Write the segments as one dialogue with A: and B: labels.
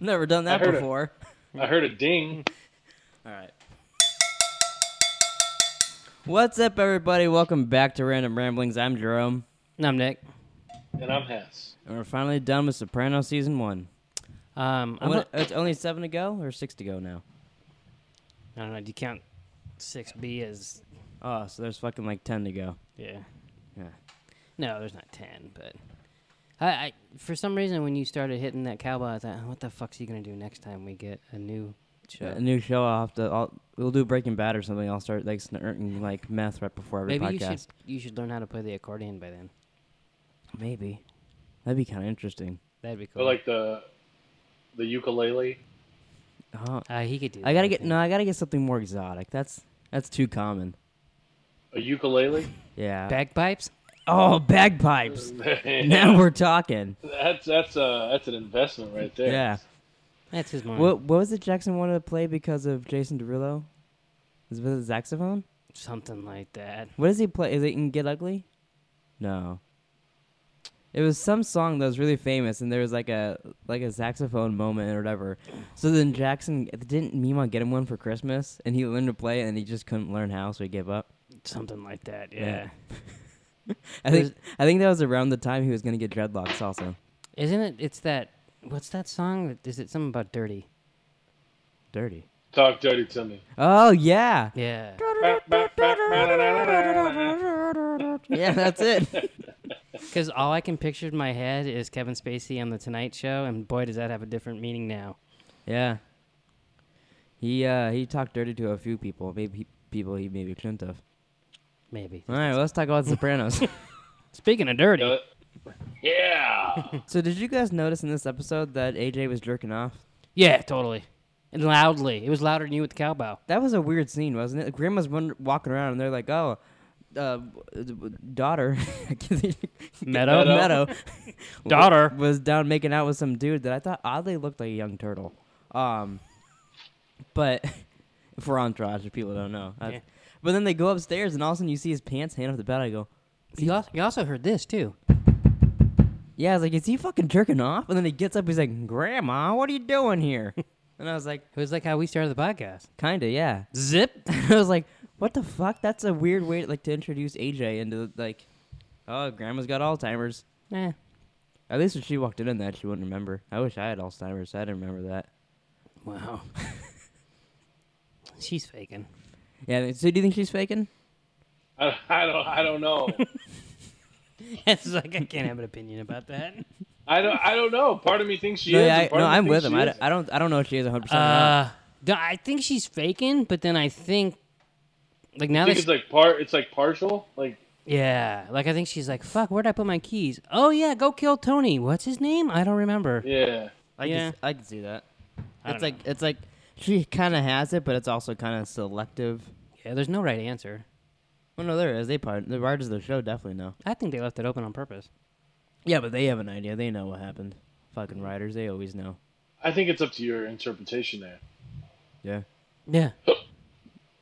A: Never done that
B: I heard it.
A: before.
B: I heard a ding.
A: All right. What's up, everybody? Welcome back to Random Ramblings. I'm Jerome,
C: And I'm Nick.
B: And I'm Hess.
A: and we're finally done with Soprano season one.
C: Um, I'm
A: What-
C: not-
A: it's only seven to go or six to go now.
C: I don't know. Do you count six B as
A: Oh, so there's fucking like ten to go.
C: yeah?
A: Yeah.
C: No, there's not ten, but I, I for some reason when you started hitting that cowbell, I thought, what the fuck's he gonna do next time we get a new show?
A: A new show. I'll have to. I'll, we'll do Breaking Bad or something. I'll start like snorting like meth right before every
C: Maybe you
A: podcast.
C: should you should learn how to play the accordion by then.
A: Maybe. That'd be kind of interesting.
C: That'd be cool.
B: But like the the ukulele.
A: Oh,
C: uh, he could do.
A: I gotta
C: that,
A: get
C: think.
A: no. I gotta get something more exotic. That's that's too common.
B: A ukulele?
A: Yeah.
C: bagpipes.
A: oh, bagpipes. Now we're talking.
B: that's that's uh that's an investment right there.
A: Yeah.
C: That's his mom.
A: What what was it Jackson wanted to play because of Jason Derulo? Is it the saxophone?
C: Something like that.
A: What does he play? Is it in Get Ugly? No. It was some song that was really famous, and there was like a like a saxophone moment or whatever. So then Jackson didn't Mima get him one for Christmas, and he learned to play, it, and he just couldn't learn how, so he gave up.
C: Something like that. Yeah.
A: Yeah. I think I think that was around the time he was gonna get dreadlocks. Also,
C: Isn't it? It's that. What's that song? that- Is it something about dirty?
A: dirty.
B: Talk dirty to me.
A: Oh yeah,
C: Yeah.
A: yeah, that's it.
C: Because all I can picture in my head is Kevin Spacey on the Tonight Show, and boy, does that have a different meaning now.
A: Yeah. He uh he talked dirty to a few people, maybe he, people he maybe shouldn't have.
C: Maybe.
A: All right, well, let's talk about Sopranos.
C: Speaking of dirty,
B: Uh, yeah.
A: so, did you guys notice in this episode that AJ was jerking off?
C: yeah, totally, and loudly. It was louder than you with the cowbell.
A: That was a weird scene, wasn't it? Grandma's wonder- walking around, and they're like, "Oh, uh, w- w- daughter,
C: Meadow?
A: Oh, Meadow,
C: Daughter.
A: was down making out with some dude that I thought oddly looked like a young turtle." Um, but for Entourage, if people don't know, I-
C: Yeah.
A: but then they go upstairs, and all of a sudden you see his pants hanging off the bed. I go,
C: You also, you also heard this too.
A: "Yeah," I was like, "Is he fucking jerking off?" And then he gets up, he's like, "Grandma, what are you doing here?" and I was like,
C: It was like how we started the podcast.
A: "Kinda, yeah."
C: Zip.
A: I was like, "What the fuck? That's a weird way, like, to introduce AJ into like, oh, grandma's got Alzheimer's."
C: Eh,
A: At least when she walked in on that, she wouldn't remember. I wish I had Alzheimer's. I didn't remember that.
C: wow. She's faking.
A: Yeah. So do you think she's faking?
B: I, I don't I don't know.
C: It's like I can't have an opinion about that.
B: I don't I don't know. Part of me thinks she
A: no,
B: is.
A: yeah,
B: and
A: I,
B: part
A: no,
B: of me
A: I'm
B: thinks
A: with him.
B: she
A: I, d-
B: isn't.
A: I don't. I don't know if she is 100. percent
C: Uh, d- I think she's faking, but then I think, like
B: I
C: now
B: think
C: that
B: it's like part. It's like partial. Like
C: Yeah, like I think she's like, "Fuck, where'd I put my keys?" Oh yeah, go kill Tony. What's his name? I don't remember.
B: yeah.
A: I
C: yeah.
A: can, s- I can see that.
C: I
A: it's
C: don't
A: like it's like she kind of has it, but it's also kind of selective.
C: Yeah, there's no right answer.
A: Well, no, there is. They part the writers of the show definitely know.
C: I think they left it open on purpose.
A: Yeah, but they have an idea. They know what happened. Fucking writers, they always know.
B: I think it's up to your interpretation there.
A: Yeah.
C: Yeah,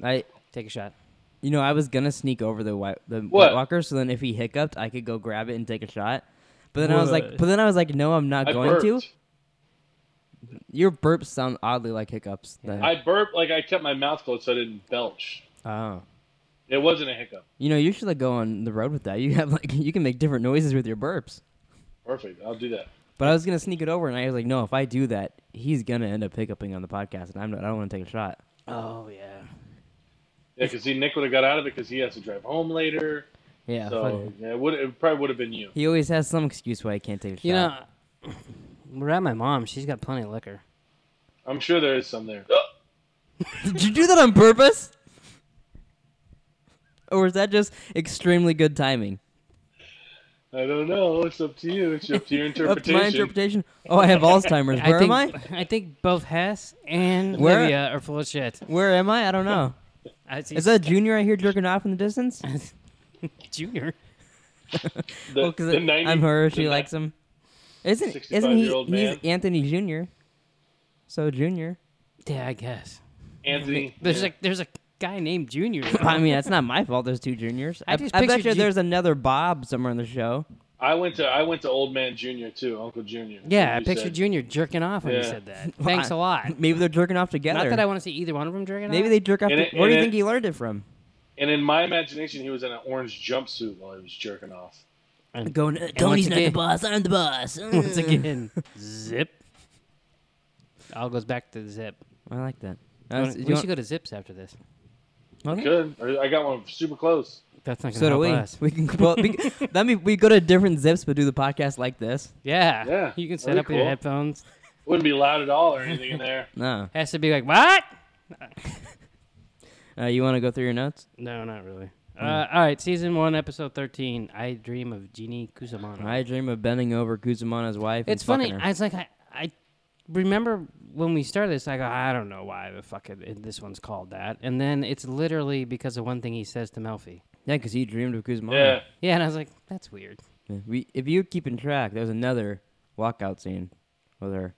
A: I
C: take a shot.
A: You know, I was gonna sneak over the white the White
B: What?
A: Walker, so then if he hiccuped, I could go grab it and take a shot. But then I was like,
C: What?
A: but then I was like, no, I'm not
B: I
A: going
B: burped.
A: to. Your burps sound oddly like hiccups.
B: I burped like I kept my mouth closed so I didn't belch.
A: I, oh,
B: It wasn't a hiccup.
A: you know, you should like go on the road with that. You have like you can make different noises with your burps.
B: Perfect. I'll do that.
A: But I was gonna sneak it over, and I was like, no, if I do that, he's gonna end up hiccuping on the podcast, and I'm not, I don't want to take a shot.
C: Oh yeah,
B: Yeah, because Nick would have got out of it because he has to drive home later.
A: Yeah,
B: so
A: fuck.
B: yeah, it, would, it probably would have been you.
A: he always has some excuse why he can't take a shot.
C: you know, we're at my mom. She's got plenty of liquor.
B: I'm sure there is some there.
A: Did you do that on purpose? Or is that just extremely good timing?
B: I don't know. It's up to you. It's up to your
A: Up to
B: interpretation.
A: my interpretation. Oh, I have Alzheimer's. Where am
C: think,
A: I?
C: I think both Hess and
A: Where-
C: Livia are full of shit.
A: Where am I? I don't know.
C: I see
A: Is that Junior I hear jerking off in the distance?
C: Junior?
B: The,
A: Well, Oh, 'cause
B: the 90,
A: I'm her.
B: the
A: She
B: ni-
A: likes him. Isn't isn't he?
B: 65-year-old
A: He's
B: man.
A: Anthony Junior. So Junior.
C: Yeah, I guess.
B: Anthony.
C: There's
B: yeah.
C: like there's a guy named Junior.
A: I mean, that's not my fault. There's two juniors.
C: I
A: I,
C: just
A: I bet
C: pictured
A: you
C: Ju-
A: there's another Bob somewhere in the show.
B: I went to I went to Old Man Junior too, Uncle Junior.
C: Yeah, I
B: You
C: pictured
B: said-
C: Junior jerking off when you
B: Yeah.
C: said that. Thanks a
A: I-
C: lot.
A: Maybe they're jerking off together.
C: Not that I want to see either one of them jerking
A: Maybe
C: off.
A: they jerk off.
B: And
A: to-
B: it-
A: Where do
B: and
A: you
B: it-
A: think he learned it from?
B: And in my imagination, he was in an orange jumpsuit while he was jerking off.
A: Going,
C: Tony's not the
A: boss. I'm the boss. Mm.
C: Once again, zip. All goes back to zip.
A: I like that.
C: We
A: Uh, so you
C: should
A: want-
C: go to zips after this.
A: okay.
B: Good. I got one super close.
C: That's not going to
A: So do
C: help
A: we.
C: us.
A: We can well, we, that mean we go to different zips, but do the podcast like this.
C: Yeah.
B: Yeah,
C: You can set
B: that'd
C: up
B: be
C: your
B: cool.
C: headphones.
B: Wouldn't be loud at all or anything in there.
A: No,
C: Has to be like, what?
A: uh, you want to go through your notes?
C: No, not really.
A: Hmm.
C: Uh, all right, season one, episode 13. I dream of Jeannie Cusimano.
A: I dream of bending over Kuzumana's wife.
C: it's
A: and
C: funny.
A: fucking
C: I
A: Her.
C: was like, I, I remember when we started this, I go, I don't know why the fuck it, it- this one's called that. And then it's literally because of one thing he says to Melfi.
A: Yeah, because he dreamed of Kuzumana.
B: Yeah.
C: Yeah, and I was like, that's weird.
A: Yeah. We, if you were keeping track, there's another walkout scene with her.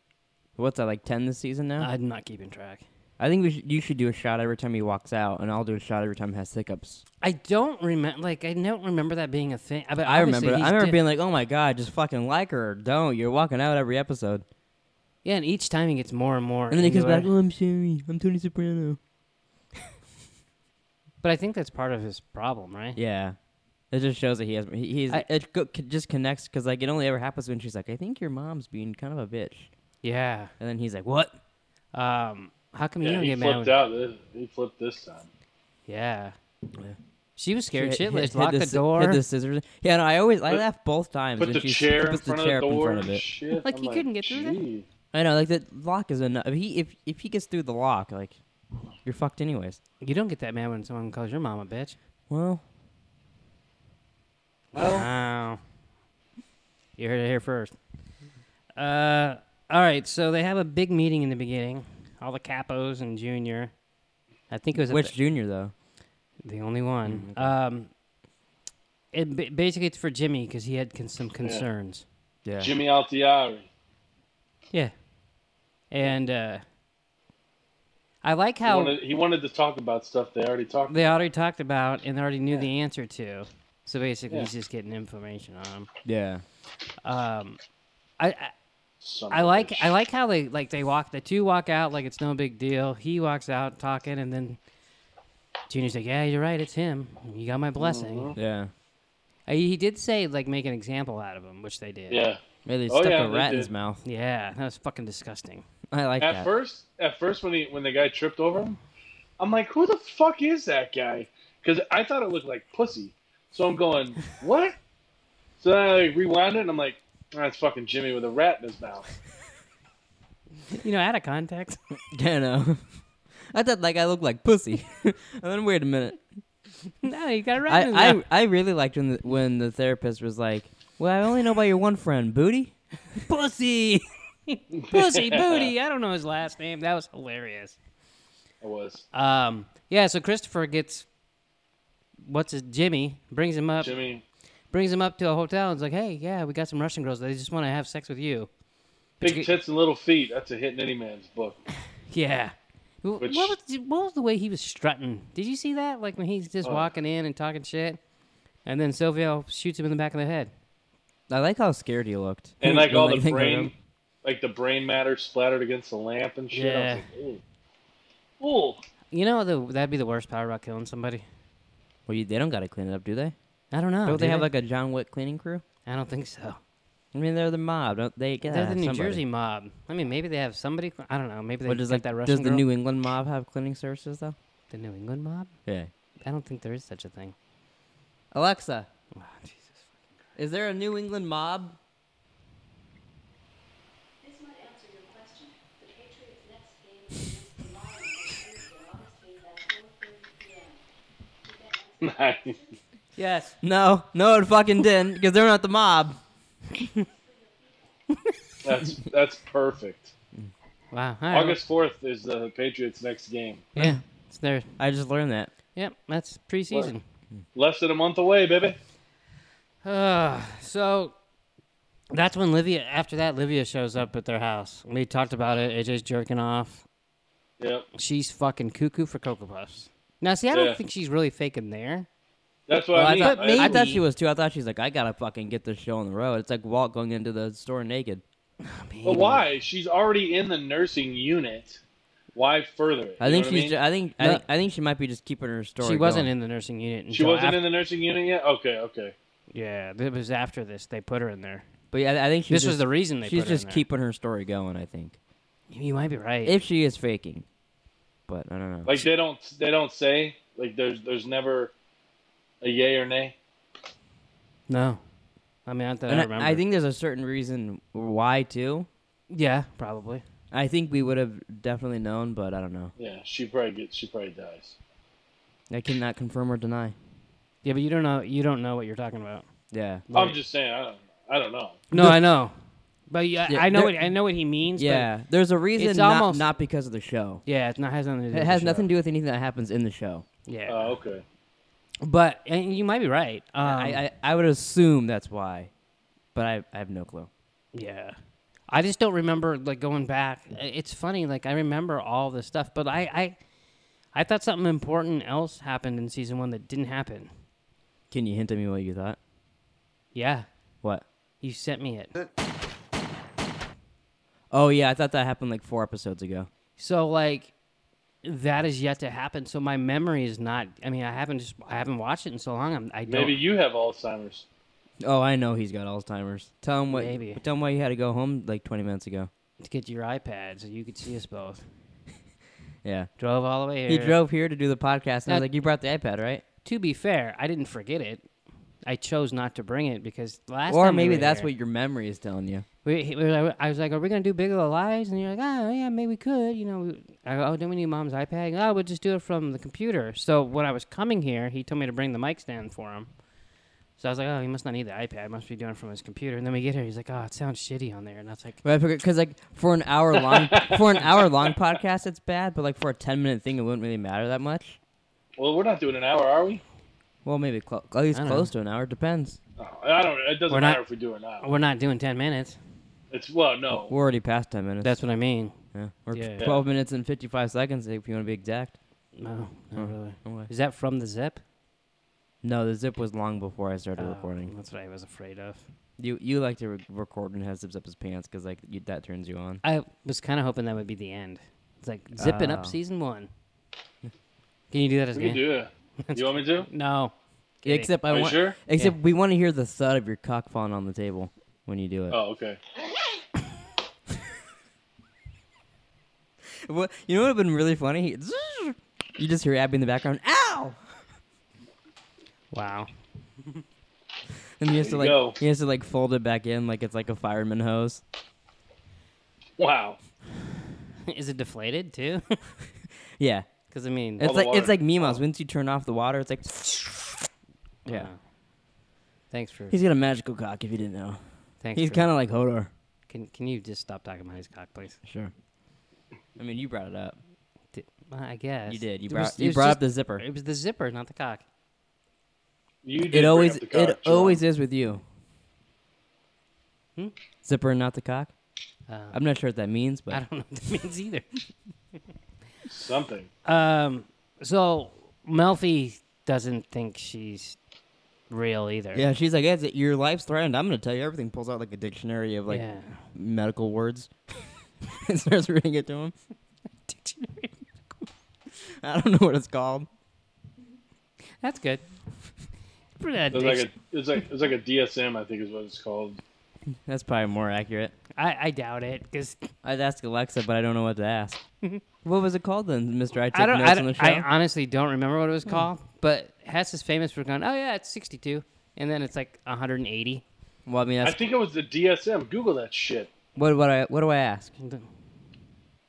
A: What's that like ten this season now?
C: I'm not keeping track.
A: I think we should, you should do a shot every time he walks out, and I'll do a shot every time he has hiccups.
C: I don't remember. Like, I don't remember that being a thing. But
A: I
C: obviously
A: remember.
C: he's
A: I remember
C: di-
A: being like, "Oh my god, just fucking like her or don't." You're walking out every episode,
C: Yeah, and each time he gets more and more.
A: and then he
C: into
A: comes back.
C: it.
A: Oh, I'm sorry. I'm Tony Soprano.
C: But I think that's part of his problem, right?
A: Yeah, it just shows that he has. He, he's
C: I-
A: it go, c- just connects because like it only ever happens when she's like, "I think your mom's being kind of a bitch,"
C: Yeah.
A: and then he's like, "What?"
C: Um, how come you
B: Yeah,
C: don't
B: he
C: get mad?
B: flipped
C: When,
B: out. This, he flipped this time.
C: yeah.
A: Yeah.
C: She was scared
A: Hit- hit-
C: shitless.
A: hit
C: Locked the,
A: sci-
C: door.
A: Hit the scissors. Yeah, no, I always I
B: Put-
A: laugh both times.
B: Put
A: when
B: the
A: she s-
B: chair in
A: puts
B: front
A: the
B: of
A: chair
B: the
A: up in
B: door.
A: front of it.
B: Shit.
C: Like,
B: I'm
C: he couldn't get through that?
B: "Gee."
A: I know, like the lock is enough. If he if if he gets through the lock, like you're fucked anyways.
C: You don't get that mad when someone calls your mom a bitch.
A: Well, Oh.
C: Wow. You heard it here first. Uh, all right. So they have a big meeting in the beginning. All the capos and junior. I think it was at
A: which junior though?
C: the, the only
B: Mm,
C: one. Um, it ba- basically it's for Jimmy because he had con- some concerns.
A: Yeah.
B: Jimmy Altieri.
C: Yeah. And uh, I like
B: He
C: how
B: wanted, he wanted to talk about stuff they already talked about.
C: they already talked about and they already knew the answer to. So basically,
B: Yeah.
C: he's just getting information on him.
A: Yeah.
C: Um, I, I
B: Son
C: I
B: of a
C: like
B: bitch.
C: I like how they like they walk the two walk out like it's no big deal. He walks out talking, and then Junior's like, "Yeah, you're right. It's him. You got my blessing."
B: Mm-hmm.
A: Yeah.
C: Uh, he did say like make an example out of him, which they did.
B: Yeah.
A: Yeah, they
B: Oh,
A: stuck
B: yeah,
A: a
B: they
A: rat in
B: did.
A: his mouth.
C: Yeah, that was fucking disgusting.
A: I like
B: At
A: that.
B: first, at first when he when the guy tripped over him, I'm like, who the fuck is that guy? Because I thought it looked like pussy. So I'm going, what? So then I rewound it and I'm like, that's fucking Jimmy with a rat in his mouth.
C: You know, out of context.
A: Yeah, no. I thought like I looked like pussy. and then wait a minute.
C: no, you got it right. in his
A: I,
C: mouth.
A: I I really liked when the, when the therapist was like, "Well, I only know about your one friend, Booty."
C: pussy, pussy, booty. I don't know his last name. That was hilarious.
B: It was
C: Um, yeah. So Christopher gets what's his Jimmy brings him up.
B: Jimmy.
C: brings him up to a hotel and's like, "Hey, yeah, we got some Russian girls. They just want to have sex with you."
B: Big tits and little feet. That's a hit in any man's book.
C: Yeah. Wh-
B: Which-
C: What was what was the way he was strutting? Did you see that? Like when he's just
B: Oh.
C: walking in and talking shit, and then Sylvia shoots him in the back of the head.
A: I like how scared he looked.
B: And like
A: When
B: all
A: I
B: the
A: think of
B: brain,
A: him.
B: like the brain matter splattered against the lamp and shit. I was like, ooh. Ooh.
C: You know, the, that'd be the worst power about killing somebody.
A: Well, you, they don't got to clean it up, do they?
C: I don't know.
A: don't
C: Oh, do
A: they have like a John Wick cleaning crew?
C: I don't think so.
A: I mean, they're the mob, don't they? Yeah,
C: They're the New
A: somebody.
C: Jersey mob. I mean, maybe they have somebody. I don't know. Maybe they
A: Well, does
C: got
A: like
C: that Russian
A: does the
C: girl.
A: New England mob have cleaning services though?
C: the New England mob.
A: Yeah.
C: I don't think there is such a thing.
A: Alexa,
C: Oh, Jesus.
A: is there a New England mob?
D: This might answer your question. The Patriots' next game is against the Lions on Thursday, August 8th at 4:30 p.m. Did that answer
B: Nice.
C: Yes.
A: No, no, it fucking didn't, because they're not the mob.
B: that's that's perfect.
C: Wow. All right.
B: August fourth is the Patriots' next game.
C: Yeah. It's there.
A: I just learned that.
C: Yep. That's preseason.
B: Less than a month away, baby.
C: Uh, so that's when Livia. After that, Livia shows up at their house. We talked about it. AJ's jerking off.
B: Yep.
C: She's fucking cuckoo for cocoa puffs. Now, see, I don't
B: Yeah.
C: think she's really faking there.
B: That's what
A: Well,
B: I
A: I,
B: mean.
A: thought,
C: But
A: I thought
C: maybe-
A: she was too. I thought she's like, I gotta fucking get this show on the road. It's like Walt going into the store naked.
B: But why? She's already in the nursing unit. Why further it?
A: I
B: You
A: think
B: know what
A: she's.
B: mean?
A: ju- I think. I
C: No.
A: think. I think she might be just keeping her story.
C: She wasn't
A: going.
C: in the nursing unit.
B: she
C: until
B: wasn't
C: af-
B: in the nursing unit yet. Okay, okay.
C: Yeah, it was after this. They put her in there.
A: But yeah, I- I think she's
C: this was
A: just-
C: the reason they
A: She's
C: put her in
A: just
C: there.
A: keeping her story going. I think
C: You might be right.
A: if she is faking, but I don't know.
B: Like they don't they don't say like there's there's never a yay or nay.
C: no, I mean, not that
A: And
C: I remember.
A: I think there's a certain reason why too.
C: yeah, probably.
A: I think we would have definitely known, but I don't know.
B: Yeah, she probably gets she probably dies.
A: I cannot confirm or deny.
C: Yeah, but you don't know. You don't know what you're talking about.
A: Yeah.
B: I'm just saying. I don't I don't know.
C: No, I know. But yeah,
A: Yeah,
C: I know
A: there-
C: what I know what he means. but-
A: Yeah. There's a reason
C: It's
A: not,
C: almost-
A: not because of the show.
C: yeah, it's not has nothing to do.
A: It
C: with
A: has
C: the
A: nothing
C: show.
A: to do with anything that happens in the show.
C: Yeah,
B: Oh, okay.
C: but and you might be right. Um,
A: I, I I would assume that's why, but I, I have no clue.
C: yeah, I just don't remember like going back. I- It's funny, like I remember all this stuff, but I I, I thought something important else happened in season one that didn't happen.
A: Can you hint at me what you thought?
C: Yeah,
A: What?
C: you sent me it.
A: Oh yeah, I thought that happened like four episodes ago.
C: So like that is yet to happen. So my memory is not. I mean, I haven't just I haven't watched it in so long. I'm, I don't.
B: Maybe you have Alzheimer's.
A: Oh, I know he's got Alzheimer's. Tell him what.
C: Maybe.
A: Tell him why you had to go home like 20 minutes ago.
C: to get your iPad so you could see us both.
A: Yeah.
C: Drove all the way here.
A: He drove here to do the podcast, and I was
C: That-
A: like, "You brought the iPad, right?"
C: To be fair, I didn't forget it. I chose not to bring it because last
A: or
C: time we
A: maybe
C: were
A: that's
C: here,
A: what your memory is telling you.
C: we, he- we were- I was like, "Are we gonna do Bigelow Lies?" And you're like, "Oh yeah, maybe we could." You know, we, I go, "Oh, don't we need mom's iPad?" Oh, we'll just do it from the computer. So when I was coming here, he told me to bring the mic stand for him. So I was like, "Oh, he must not need the iPad. He must be doing it from his computer." And then we get here, he's like, "Oh, it sounds shitty on there." And I was like,
A: But I figured because like for an hour long for an hour long podcast, it's bad. But like for a 10 minute thing, it wouldn't really matter that much.
B: Well, we're not doing an hour, are we?
A: Well, maybe clo- at least
C: I don't
A: close to an hour. Depends.
B: No, Oh, I don't. It doesn't
C: We're not-
B: matter if we do or not.
C: "Oh, "We're not doing ten minutes."
B: It's well, no.
A: We're already past 10 minutes.
C: That's what I mean.
A: yeah. We're
C: Yeah.
A: 12 minutes and 55 seconds if you want to be exact.
C: No, not really.
A: Okay.
C: Is that from the zip?
A: No, the zip was long before I started
C: Oh,
A: recording.
C: That's what I was afraid of.
A: You you like to re- record and have zips up his pants because like you, that turns you on.
C: I was kind of hoping that would be the end. It's like zipping
A: Oh.
C: up season one. Can you do that as
B: We can
C: me?
B: do it. You want me to?
C: No. Kidding.
A: Except I
B: Are you
A: want.
B: sure?
A: Except we want to hear the thud of your cock falling on the table when you do it.
B: Oh, okay.
A: What you know? What would have been really funny? You just hear Abby in the background. Ow!
C: Wow.
A: And he has to
B: There
A: like
B: you go.
A: he has to like fold it back in like it's like a fireman hose.
B: Wow.
C: Is it deflated too?
A: Yeah,
C: Because I mean,
A: it's
B: the
A: like
B: water. Oh.
A: it's like Mimos. Once you turn off the water, it's like yeah.
C: wow. Thanks for.
A: He's got a magical cock. If you didn't know,
C: thanks
A: he's
C: for-
A: kind of like Hodor.
C: Can Can you just stop talking about his cock, please?
A: Sure. I mean, you brought it up.
C: Did, well, I guess
A: You did. You
C: It
A: brought
C: was- it
A: you
C: was
A: brought up
C: just-
A: the zipper.
C: It was the zipper, not the cock.
B: You did
A: It
B: bring
A: always
B: up the
A: it
B: cock, Sean.
A: always is with you.
C: Hmm?
A: Zipper and not the cock.
C: Um,
A: I'm not sure what that means,
C: I
A: but
C: don't know what that means either.
B: something.
C: Um. So Melfi doesn't think she's real either.
A: yeah, she's like, "Is it your life's threatened?" I'm gonna tell you everything. Pulls out like a dictionary of like
C: yeah.
A: medical words and starts reading it to him.
C: Dictionary.
A: I don't know what it's called.
C: That's good. Put
B: It
C: that
B: was like
C: dic-
B: a it's like it's like a DSM, I think is what it's called.
A: That's probably more accurate.
C: I, I doubt it because
A: I'd ask Alexa, but I don't know what to ask. what was it called then, Mister? I took
C: I don't.
A: notes
C: I,
A: on the
C: don't
A: show.
C: I honestly don't remember what it was called. But Hess is famous for going, "Oh yeah, it's 62," and then it's like 180.
A: well, I mean,
B: I
A: that's,
B: think it was the DSM. Google that shit.
A: what what I what do I ask?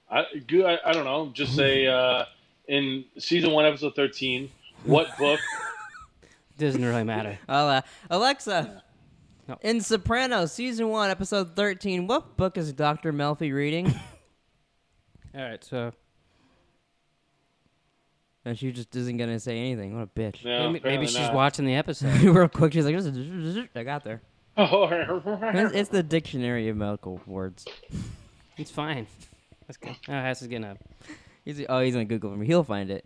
B: I, go- I, I don't know. Just say uh, in season one, episode thirteen, what book?
C: Doesn't really matter.
A: I'll, uh, Alexa.
C: No.
A: In Sopranos, season one, episode thirteen, what book is Doctor Melfi reading?
C: All right, so
A: and she just isn't gonna say anything. What a bitch.
B: No,
C: maybe, maybe
B: apparently
C: she's
B: not.
C: watching the episode.
A: Real quick, she's like, "This is- I got there. It's,
B: Oh,
A: it's the dictionary of medical words.
C: it's fine. That's good. Oh, Hess is getting up.
A: He's, oh, he's gonna Google for me. He'll find it.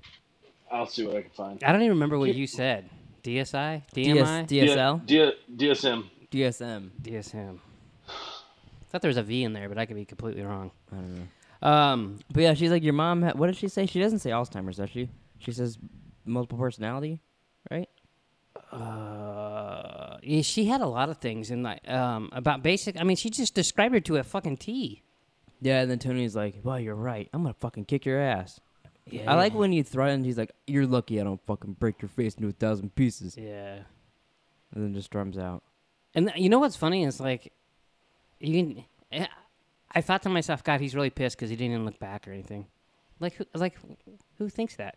B: I'll see what I can find.
C: I don't even remember what you said. DSI?
A: DS,
C: DMI?
A: DSL?
B: D- D- DSM.
A: DSM.
C: DSM. I thought there was a V in there, but I could be completely wrong.
A: I don't know.
C: Um,
A: But yeah, she's like, your mom. Ha- what did she say? She doesn't say Alzheimer's, does she? She says multiple personality, right?
C: uh, yeah, she had a lot of things in like um about basic. I mean, she just described her to a fucking T.
A: Yeah, and then Tony's like, well, you're right. I'm gonna fucking kick your ass.
C: Yeah.
A: I like when he threatened. He's like, "You're lucky I don't fucking break your face into a thousand pieces,"
C: Yeah.
A: and then just drums out.
C: And th- you know what's funny is like, you can. eh, I thought to myself, God, he's really pissed because he didn't even look back or anything. Like, who, like, who thinks that?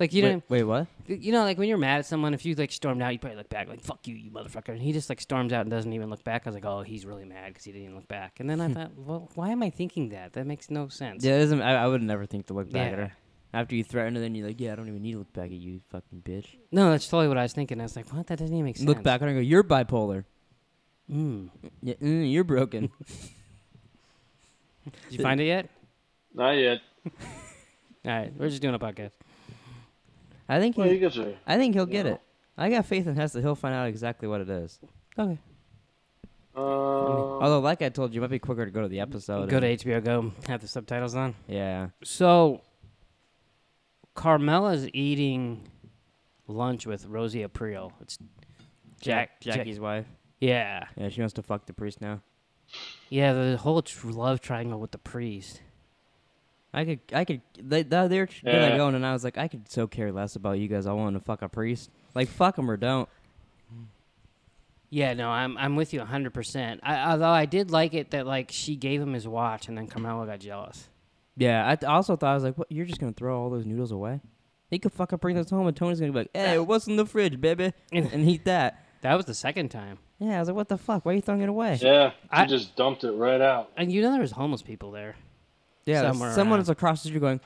C: Like, you
A: wait,
C: know,
A: wait, what?
C: you know, like when you're mad at someone, if you like stormed out, you probably look back, like "fuck you, you motherfucker," and he just like storms out and doesn't even look back. I was like, "Oh, he's really mad because he didn't even look back." And then I thought, "Well, why am I thinking that? That makes no sense."
A: Hmm. Yeah, it doesn't, I, I would never think to look back at
C: Yeah.
A: her after you threatened her. Then you're like, "Yeah, I don't even need to look back at you, you fucking bitch."
C: No, that's totally what I was thinking. I was like, "What? That doesn't even make sense."
A: Look back at her and go, "You're bipolar.
C: Mm.
A: Yeah, mm, you're broken."
C: Did you find it yet?
B: Not yet.
C: All right, we're just doing a podcast.
A: I think
B: Well, you
A: he,
B: guys are.
A: I think he'll get
B: Yeah.
A: it. I got faith in Hess that he'll find out exactly what it is.
C: Okay.
B: Uh, um,
A: Although, like I told you, it might be quicker to go to the episode.
C: Go
A: and-
C: to HBO Go. Have the subtitles on.
A: yeah.
C: So, Carmela's eating lunch with Rosie April. It's Jack,
A: Jackie's wife.
C: yeah,
A: Yeah, she wants to fuck the priest now.
C: yeah. The whole tr- love triangle with the priest.
A: I could, I could. They, they, they were tr- gonna
B: Yeah.
A: go, and I was like, I could so care less about you guys. I want to fuck a priest. Like, fuck him or don't.
C: Yeah, no, I'm I'm with you 100. percent I Although I did like it that like she gave him his watch and then Carmela got jealous.
A: Yeah, I th- also thought I was like, what? You're just gonna throw all those noodles away? He could fuck up, bring those home, and Tony's gonna be like, Hey, what's in the fridge, baby? and eat that.
C: That was the second time.
A: Yeah, I was like, what the fuck? Why are you throwing it away?
B: yeah,
C: I-
B: you just dumped it right out.
C: And you know there was homeless people there.
A: Yeah,
C: Somewhere
A: someone
C: around.
A: is across the street going,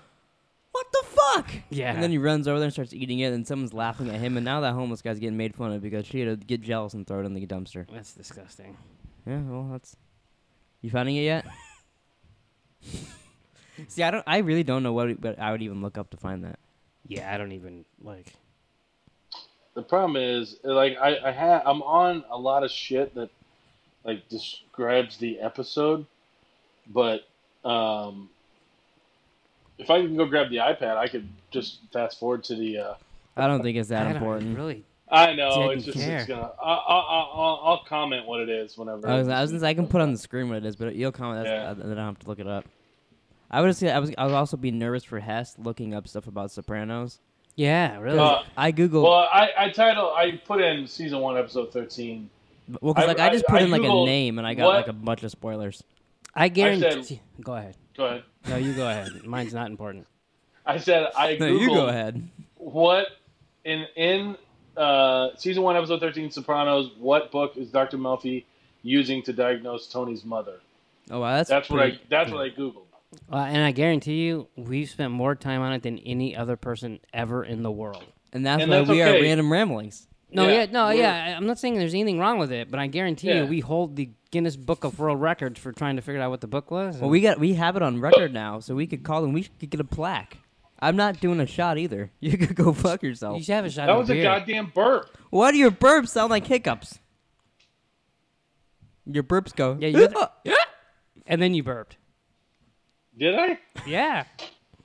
A: what the fuck?
C: Yeah.
A: And then he runs over there and starts eating it, and someone's laughing at him, and now that homeless guy's getting made fun of because she had to get jealous and throw it in the dumpster.
C: That's disgusting.
A: Yeah, well, that's. You finding it yet? See, I don't. I really don't know what, but I would even look up to find that.
C: Yeah, I don't even like.
B: The problem is, like, I, I ha- I'm on a lot of shit that, like, describes the episode, but um, if I can go grab the iPad, I could just fast forward to the. Uh,
A: I don't think it's that
C: I don't
A: important.
C: Really?
B: I know
C: Didn't
B: it's just
C: care.
B: it's gonna. I, I, I, I'll, I'll comment what it is whenever.
A: I was, I was gonna say I can put on the screen what it is, but you'll comment. That's,
B: Yeah.
A: I, then I don't have to look it up. I would say I was. I would also be nervous for Hess looking up stuff about Sopranos.
C: Yeah, really.
A: 'Cause
B: Uh,
A: I googled.
B: well,
A: Well,
B: I, I title I put in season one episode thirteen.
A: 'cause,
B: I-
A: like I, just
B: I-
A: put
B: I
A: in like
B: googled
A: a name and I got
B: what-
A: like a bunch of spoilers.
C: I guarantee.
B: said-
C: go ahead.
B: Go ahead.
C: No, you go ahead. Mine's not important.
B: I said I
A: No,
B: googled
A: you go ahead.
B: what in in uh, season one episode thirteen Sopranos. What book is Dr. Melfi using to diagnose Tony's mother?
A: Oh, wow, that's
B: That's what
A: pretty-
B: I that's what I googled.
C: Uh, and I guarantee you, we've spent more time on it than any other person ever in the world.
A: and that's
B: and
A: why
B: that's
A: we are
B: okay.
A: random ramblings.
C: No,
B: Yeah,
C: yeah, no,
B: we're-
C: yeah. I- I'm not saying there's anything wrong with it, but I guarantee
B: Yeah.
C: you, we hold the Guinness Book of World Records for trying to figure out what the book was.
A: Well, we got we have it on record now, so we could call them. We could get a plaque. I'm not doing a shot either. You could go fuck
C: you
A: yourself.
C: should have a shot.
B: That
C: of
B: was a
C: beer.
B: goddamn burp.
A: Why do your burps sound like hiccups? Your burps go.
C: Yeah, you And then you burped.
B: Did I?
C: Yeah,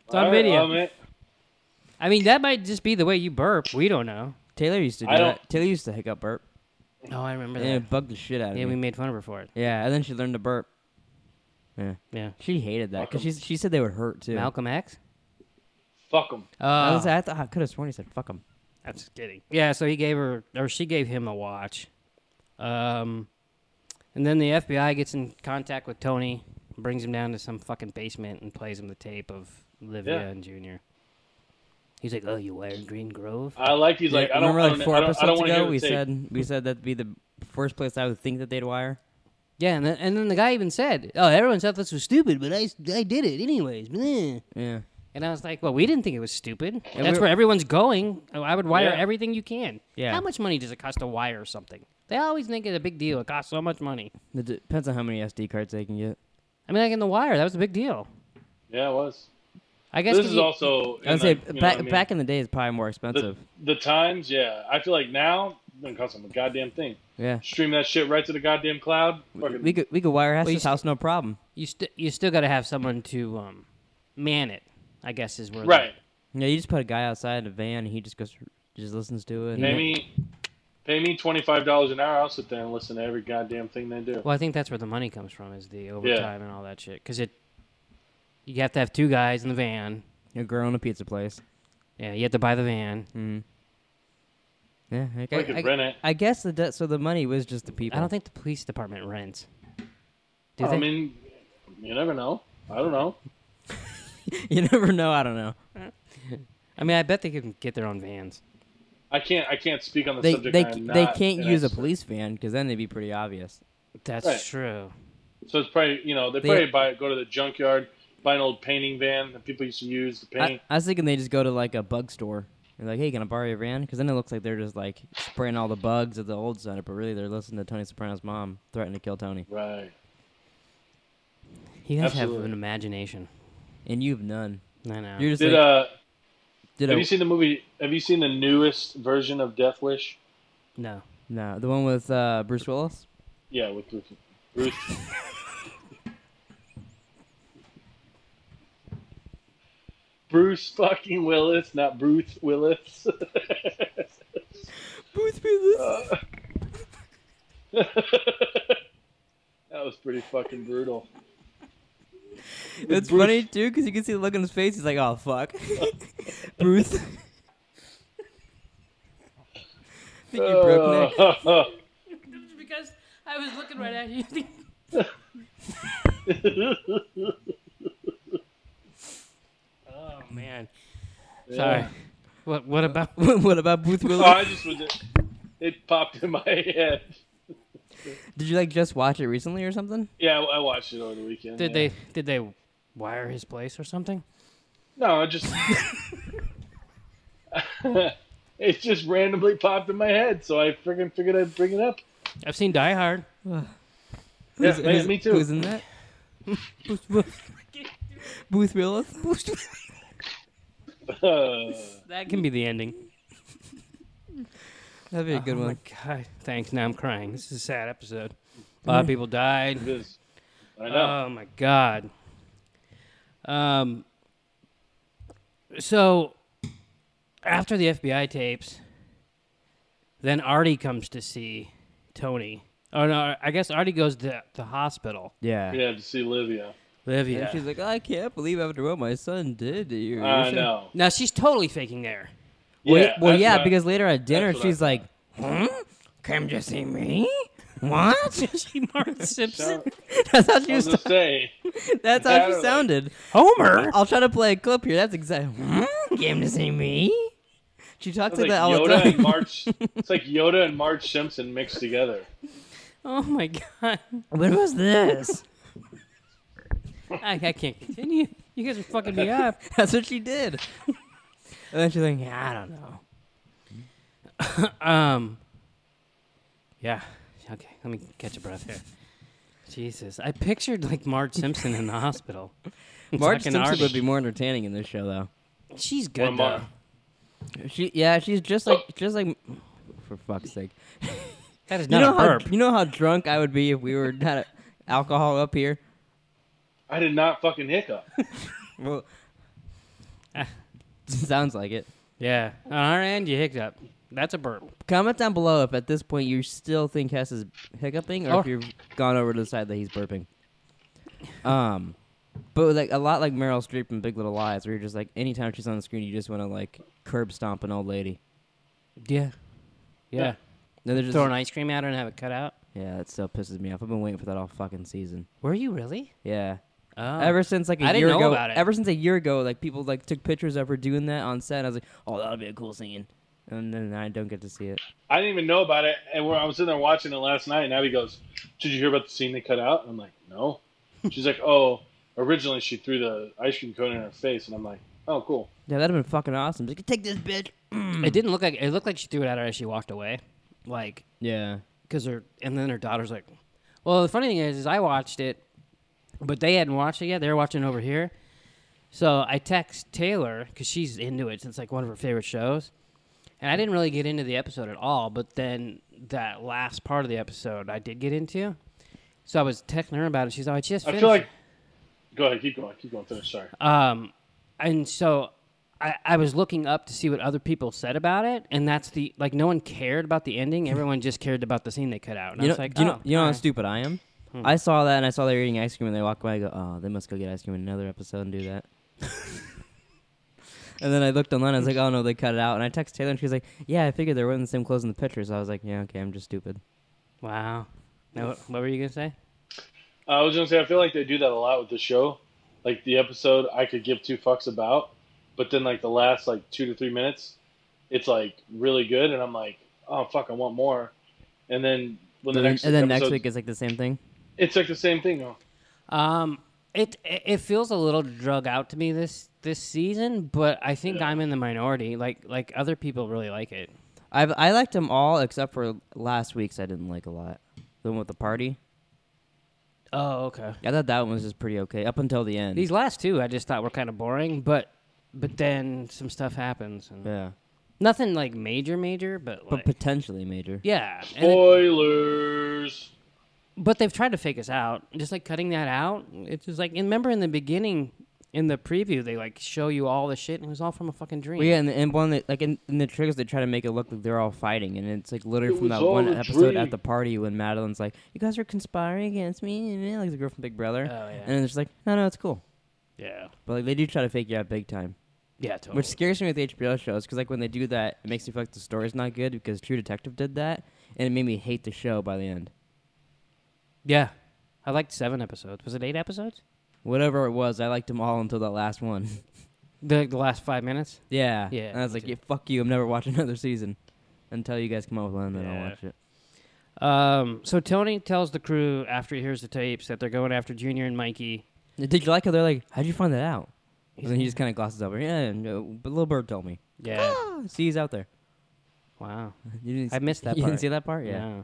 C: it's on
B: All right,
C: video.
B: well, man,
C: I mean, that might just be the way you burp. We don't know.
A: Taylor used to do
B: I don't-
A: that. Taylor used to hiccup burp,
C: No, I remember
A: and
C: that.
A: it bugged the shit out of
C: Yeah,
A: me.
C: we made fun of her for it.
A: yeah, and then she learned to burp. Yeah,
C: Yeah.
A: she hated that because she she said they would hurt too.
C: Malcolm X.
B: Fuck him.
A: I,
C: Uh,
A: was- I thought I could have sworn he said fuck him.
C: I'm just kidding. Yeah, so he gave her, or she gave him a watch. Um, and then the FBI gets in contact with Tony, brings him down to some fucking basement, and plays him the tape of Livia
B: Yeah.
C: and Junior. He's like, "Oh, you wearing Green Grove?"
B: I like he's like I don't
A: remember
B: I
A: like
B: don't,
A: four
B: I don't, I
A: episodes
B: don't want to
A: ago
B: hear the
A: we
B: tape.
A: said we said that'd be the first place I would think that they'd wire.
C: yeah, and then, and then the guy even said, "Oh, everyone thought this was stupid, but I, I did it anyways." Bleh."
A: Yeah.
C: And I was like, "Well, we didn't think it was stupid.
A: And
C: That's
A: we-
C: where everyone's going. Oh, I would wire
B: Yeah.
C: everything you can.
A: Yeah.
C: How much money does it cost to wire something? They always make it a big deal. It costs so much money.
A: It depends on how many SD cards they can get.
C: I mean, like in the wire, that was a big deal."
B: Yeah, it was.
C: I guess
B: This
C: 'cause
B: is
C: you-
A: I
B: also.
A: would
B: in
A: say
B: the- you know
A: back
B: what I mean?
A: back in the day it's probably more expensive.
B: the times, yeah. I feel like now it doesn't cost them a goddamn thing.
A: yeah,
B: Stream that shit right to the goddamn cloud. Fucking,
A: we could we could wire
C: Well, you
A: his
C: st-
A: house no problem.
C: you still you still got to have someone to um, man it. I guess is where the-
B: right.
A: Yeah, you just put a guy outside in a van and he just goes just listens to it. and-
B: Pay me, pay me twenty five dollars an hour. I'll sit there and listen to every goddamn thing they do.
C: Well, I think that's where the money comes from is the overtime and all that shit. Because it, you have to have two guys in the van.
A: You're growing a pizza place.
C: Yeah, you have to buy the van.
A: Mm. Yeah, I,
B: I could
A: I-
B: rent it.
A: I guess the de- so the money was just the people.
C: I don't think the police department rents. Do
B: I
C: they?
B: mean, you never know. I don't know.
A: you never know. I don't know.
C: I mean, I bet they can get their own vans.
B: I can't. I can't speak on the
A: They
B: subject.
A: they
B: I am
A: they
B: not
A: can't
B: an
A: use a
B: expert.
A: police van because then it'd be pretty obvious.
C: That's
B: Right.
C: true.
B: So it's probably you know they
A: They-
B: probably buy go to the junkyard, buy an old painting van that people used to use to paint.
A: I, I was thinking they just go to like a bug store and like, hey, can I borrow your van? Because then it looks like they're just like spraying all the bugs at the old setup, but really they're listening to Tony Soprano's mom threaten to kill Tony,
B: right.
C: You guys have
B: Absolutely.
C: an imagination.
A: and you've none.
C: I know.
A: You're just
B: Did
A: like,
B: uh?
A: did
B: Have
A: a-
B: you seen the movie? Have you seen the newest version of Death Wish?
C: no.
A: no the one with uh, Bruce Willis.
B: Yeah, with Bruce. Bruce. Bruce fucking Willis, not Bruce Willis.
A: Bruce Willis.
B: Uh, that was pretty fucking brutal.
A: it's
B: Bruce-
A: funny too because you can see the look on his face. He's like, oh fuck, Bruce. I think you broke
B: Uh.
A: neck.
C: Because I was looking right at you. oh man. Sorry.
B: Yeah.
C: What? What about?
A: what about Bruce
B: Oh,
A: Willis?
B: I just was. It popped in my head.
A: Did you like just watch it recently or something?
B: Yeah, I I watched it over the weekend.
C: Did
B: yeah.
C: they? Did they wire his place or something?
B: No, I just it just randomly popped in my head, so I freaking figured I'd bring it up.
C: I've seen Die Hard.
B: Yeah,
A: Who's-
B: me-
A: who's-
B: me too.
A: Who's in that? Bruce Willis. Bruce Willis.
C: That can be the ending.
A: That'd be a good
C: oh
A: one.
C: my god! Thanks. Now I'm crying. This is a sad episode. A lot of people died.
B: It is. I know.
A: Uh,
C: Oh my god. Um. So, after the FBI tapes, then Artie comes to see Tony. Oh no! I guess Artie goes to the hospital.
A: Yeah.
B: yeah, to see Livia.
A: And she's
C: Livia.
A: like, I can't believe after what my son did to you.
B: I know.
C: Now she's totally faking there.
A: Well,
B: Yeah,
A: yeah, well,
B: that's
A: yeah
B: what I-
A: because later at dinner
B: that's what I
A: she's like, hmm? Came to see me? What?
C: she marks Simpson.
B: So-
A: that's how she
B: I was
A: was.
B: gonna say,
A: that's how
B: Yeah,
A: she
B: like-
A: sounded.
C: Homer.
A: I'll try to play a clip here. That's exactly. Hmm? Came to see me? She talks
B: it's
A: like
B: like
A: that all the
B: Yoda
A: time.
B: and March. It's like Yoda and Marge Simpson mixed together.
C: Oh my god.
A: When was this?
C: I, I can't continue. You guys are fucking me up.
A: That's what she did. and then she's like, yeah, I don't know.
C: Um. Yeah. Okay. Let me catch a breath here. Jesus, I pictured like Marge Simpson in the hospital.
A: Marge
C: Fucking
A: Simpson
C: Artie.
A: would be more entertaining in this show, though.
C: She's
B: Or
C: good though.
B: Mar-
A: She, yeah, she's just like, just like, for fuck's sake.
C: That is
A: You
C: not
A: know
C: a
A: how
C: burp.
A: you know how drunk I would be if we were not a- alcohol up here.
B: I did not fucking hiccup.
A: Well,
C: Ah.
A: sounds like it.
C: yeah. On our end, you hiccup. That's a burp.
A: Comment down below if at this point you still think Hess is hiccuping, or if
C: Oh.
A: you've gone over to the side that he's burping. Um, but like a lot like Meryl Streep in Big Little Lies, where you're just like, anytime she's on the screen, you just want to like curb stomp an old lady.
C: Yeah. Yeah.
A: Then they're just
C: Throw an ice cream at her and have it cut out.
A: yeah, it still pisses me off. I've been waiting for that all fucking season.
C: Were you really?
A: Yeah.
C: Oh.
A: Ever since like a
C: I didn't
A: year
C: know
A: ago,
C: about it.
A: ever since a year ago, like people like took pictures of her doing that on set. I was like, oh, that'll be a cool scene, and then I don't get to see it.
B: I didn't even know about it, and when I was sitting there watching it last night, and Abby goes, "Did you hear about the scene they cut out?" And I'm like, "No." She's like, "Oh, originally she threw the ice cream cone in her face," and I'm like, "Oh, cool."
A: Yeah, that'd have been fucking awesome. Just like, take this bitch.
C: It didn't look like it looked like she threw it at her as she walked away. Like
A: Yeah,
C: because her and then her daughter's like well the funny thing is is i watched it but they hadn't watched it yet they were watching it over here So I text Taylor because she's into it. It's like one of her favorite shows. And I didn't really get into the episode at all, but then that last part of the episode I did get into. So I was texting her about it. She's like, I just
B: I
C: finished.
B: feel
C: it."
B: like. Go ahead, keep going, keep going. Finish. Sorry.
C: Um, and so I, I was looking up to see what other people said about it, and that's the like no one cared about the ending. Everyone just cared about the scene they cut out. And
A: You
C: I
A: know,
C: was like,
A: do you know,
C: "Oh, Hmm.
A: you know
C: all
A: how
C: right."
A: stupid I am. I saw that and I saw they were eating ice cream and they walk by. I go, oh, they must go get ice cream in another episode and do that. and then I looked online. I was like, oh no, they cut it out. And I text Taylor and she was like, yeah, I figured they were in the same clothes in the picture. So I was like, yeah, okay, I'm just stupid.
C: wow. Now, what, what were you gonna say?
B: Uh, I was gonna say I feel like they do that a lot with the show. Like the episode I could give two fucks about, but then like the last like two to three minutes, it's like really good, and I'm like, oh fuck, I want more. And then when the
A: and then,
B: next
A: and then next
B: episode-
A: week it's like the same thing.
B: it's like the same thing. Though.
C: Um, it it it feels a little drug out to me this this season, but I think I'm in the minority. Like like other people really like it.
A: I've I liked them all except for last week's. I didn't like a lot. The one with the party.
C: Oh, okay. Hmm.
A: I thought that one was just pretty okay up until the end.
C: These last two I just thought were kind of boring, but but then some stuff happens. And
A: yeah,
C: Nothing like major major, but
A: but
C: like
A: potentially major.
C: yeah. and it-
B: Spoilers.
C: but they've tried to fake us out. Just like cutting that out, it's just like and remember in the beginning in the preview they like show you all the shit and it was all from a fucking dream.
A: Well, yeah, and, and one that, like in, in the triggers, they try to make it look like they're all fighting, and it's like literally
B: It
A: from
B: was
A: that
B: all
A: one
B: a
A: episode
B: dream.
A: at the party when Madeline's like, "You guys are conspiring against me," and eh, like the girl from Big Brother,
C: Oh, yeah.
A: and then she's like, "No, no, it's cool."
C: Yeah.
A: But like they do try to fake you out big time,
C: Yeah, totally.
A: which scares me with HBO shows because like when they do that, it makes me feel like the story's not good because True Detective did that, and it made me hate the show by the end.
C: yeah. I liked 7 episodes. Was it 8 episodes?
A: Whatever it was, I liked them all until that last one.
C: The, the last 5 minutes?
A: yeah,
C: Yeah,
A: And I was
C: me
A: like,
C: too.
A: yeah, "Fuck you! I'm never watching another season." Until you guys come out with one, then
C: Yeah.
A: I'll watch it.
C: Um, so Tony tells the crew after he hears the tapes that they're going after Junior and Mikey.
A: Did you like how they're like, how'd you find that out? And then he just kind of glosses over. Yeah, no, but Little Bird told me.
C: Yeah.
A: "Ah, See, he's out there.
C: wow.
A: You didn't
C: I
A: s-
C: missed that
A: You
C: part.
A: didn't see that part? Yeah.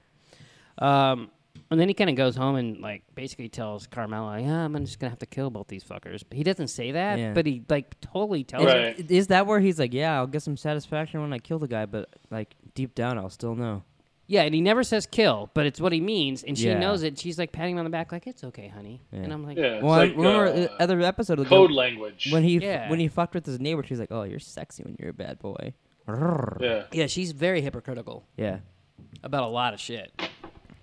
C: No. Um, and then he kind of goes home and like basically tells Carmela, "Yeah, I'm just gonna have to kill both these fuckers." But he doesn't say that,
A: Yeah.
C: but he like totally tells.
A: Is,
C: her-
B: Right.
A: is that where he's like, yeah, I'll get some satisfaction when I kill the guy, but like deep down, I'll still know.
C: Yeah, and he never says kill, but it's what he means, and she
A: Yeah.
C: knows it. She's like patting him on the back, like "It's okay, honey."
A: Yeah.
C: And I'm like,
B: Yeah. It's
A: well, I
B: like,
A: remember
B: uh,
A: uh, other episode of the
B: Code language.
A: when he f-
C: Yeah.
A: when he fucked with his neighbor, she's like, oh, you're sexy when you're a bad boy.
B: yeah.
C: Yeah, she's very hypocritical
A: Yeah.
C: about a lot of shit,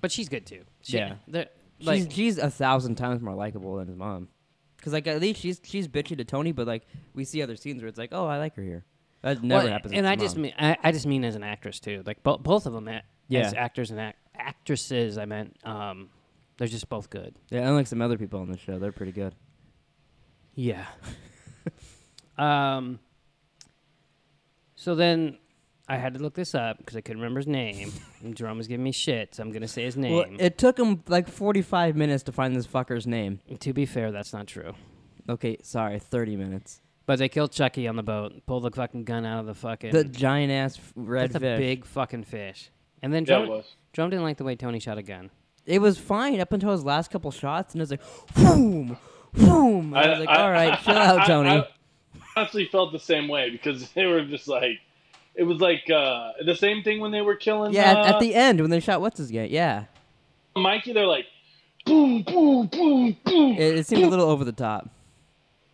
C: but she's good too. She,
A: Yeah.
C: they're- like
A: She's, she's a thousand times more likable than his mom. Because like at least she's she's bitchy to Tony, but like we see other scenes where it's like, oh, I like her here. That never
C: Well,
A: happens. with
C: And
A: his
C: I just
A: mom.
C: mean I, I just mean as an actress too. Like bo- both of them a-
A: Yeah.
C: as actors and ac- actresses. I meant um, they're just both good.
A: Yeah, unlike some other people on the show, they're pretty good.
C: Yeah. um. So then. I had to look this up because I couldn't remember his name. and Jerome was giving me shit, so I'm gonna say his name.
A: Well, it took him like 45 minutes to find this fucker's name.
C: to be fair, that's not true.
A: Okay, sorry, 30 minutes.
C: But they killed Chucky on the boat, pulled the fucking gun out of the fucking.
A: The giant ass red
C: that's a
A: fish.
C: big fucking fish. And then
B: Yeah,
C: Jerome,
B: it was.
C: Jerome didn't like the way Tony shot a gun.
A: It was fine up until his last couple shots, and it was like, boom, boom. I, was like, all right, chill out, Tony.
B: I, honestly felt the same way because they were just like, it was like uh, the same thing when they were killing.
A: yeah, at,
B: uh,
A: at the end when they shot what's his game, yeah,
B: Mikey, they're like, boom, boom, boom, boom.
A: it, it seemed a little over the top.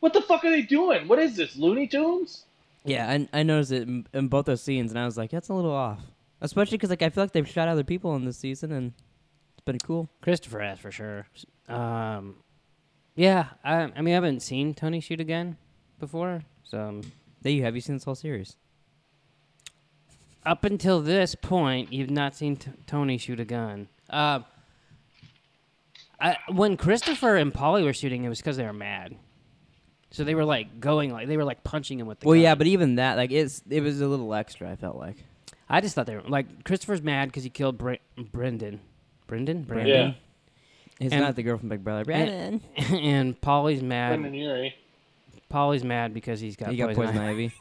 B: what the fuck are they doing? What is this, Looney Tunes?
A: Yeah, I, I noticed it in, in both those scenes, and I was like, that's a little off, especially because like I feel like they've shot other people in this season, and it's been cool.
C: Christopher has for sure. Um, yeah, I, I mean, I haven't seen Tony shoot again before. So um,
A: There you have you seen this whole series?
C: up until this point, you've not seen t- Tony shoot a gun. Um, I, when Christopher and Polly were shooting, it was because they were mad. So they were like going, like they were like punching him with the.
A: Well,
C: gun.
A: yeah, but even that, like, it's it was a little extra. I felt like.
C: I just thought they were like Christopher's mad because he killed Br- Brendan. Brendan,
B: Yeah.
C: Brandon,
A: It's
C: And-
A: not the girl from Big Brother.
C: and-
A: Brandon.
C: and Polly's
B: Brendan
C: mad.
B: Urie.
C: Polly's mad because he's got
A: He got
C: poison
A: poison
C: ivy.
A: ivy.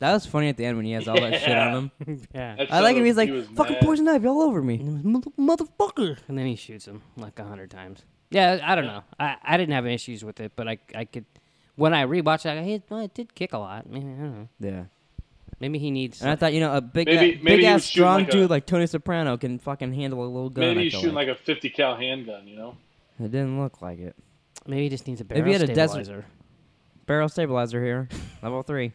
A: That was funny at the end when he has all that shit on him.
C: yeah.
B: That's
A: I like
B: how
A: him. He's like,
B: he was
A: fucking
B: mad.
A: poison ivy all over me.
C: motherfucker. And then he shoots him like a hundred times. Yeah, I don't know. I, I didn't have issues with it, but I I could when I rewatched it, I go, hey, well, it did kick a lot. Maybe, I don't know.
A: Yeah.
C: Maybe he needs.
A: And I thought, you know, a big,
B: Maybe-
A: big
B: maybe he
A: ass
B: was shooting
A: strong
B: like a-
A: dude like Tony Soprano can fucking handle a little gun.
B: Maybe
A: I
B: he's
A: feel
B: shooting
A: like.
B: like a 50 cal handgun, you know?
A: it didn't look like it.
C: maybe he just needs a barrel
A: If he had a desert-
C: stabilizer.
A: Barrel stabilizer here, level three.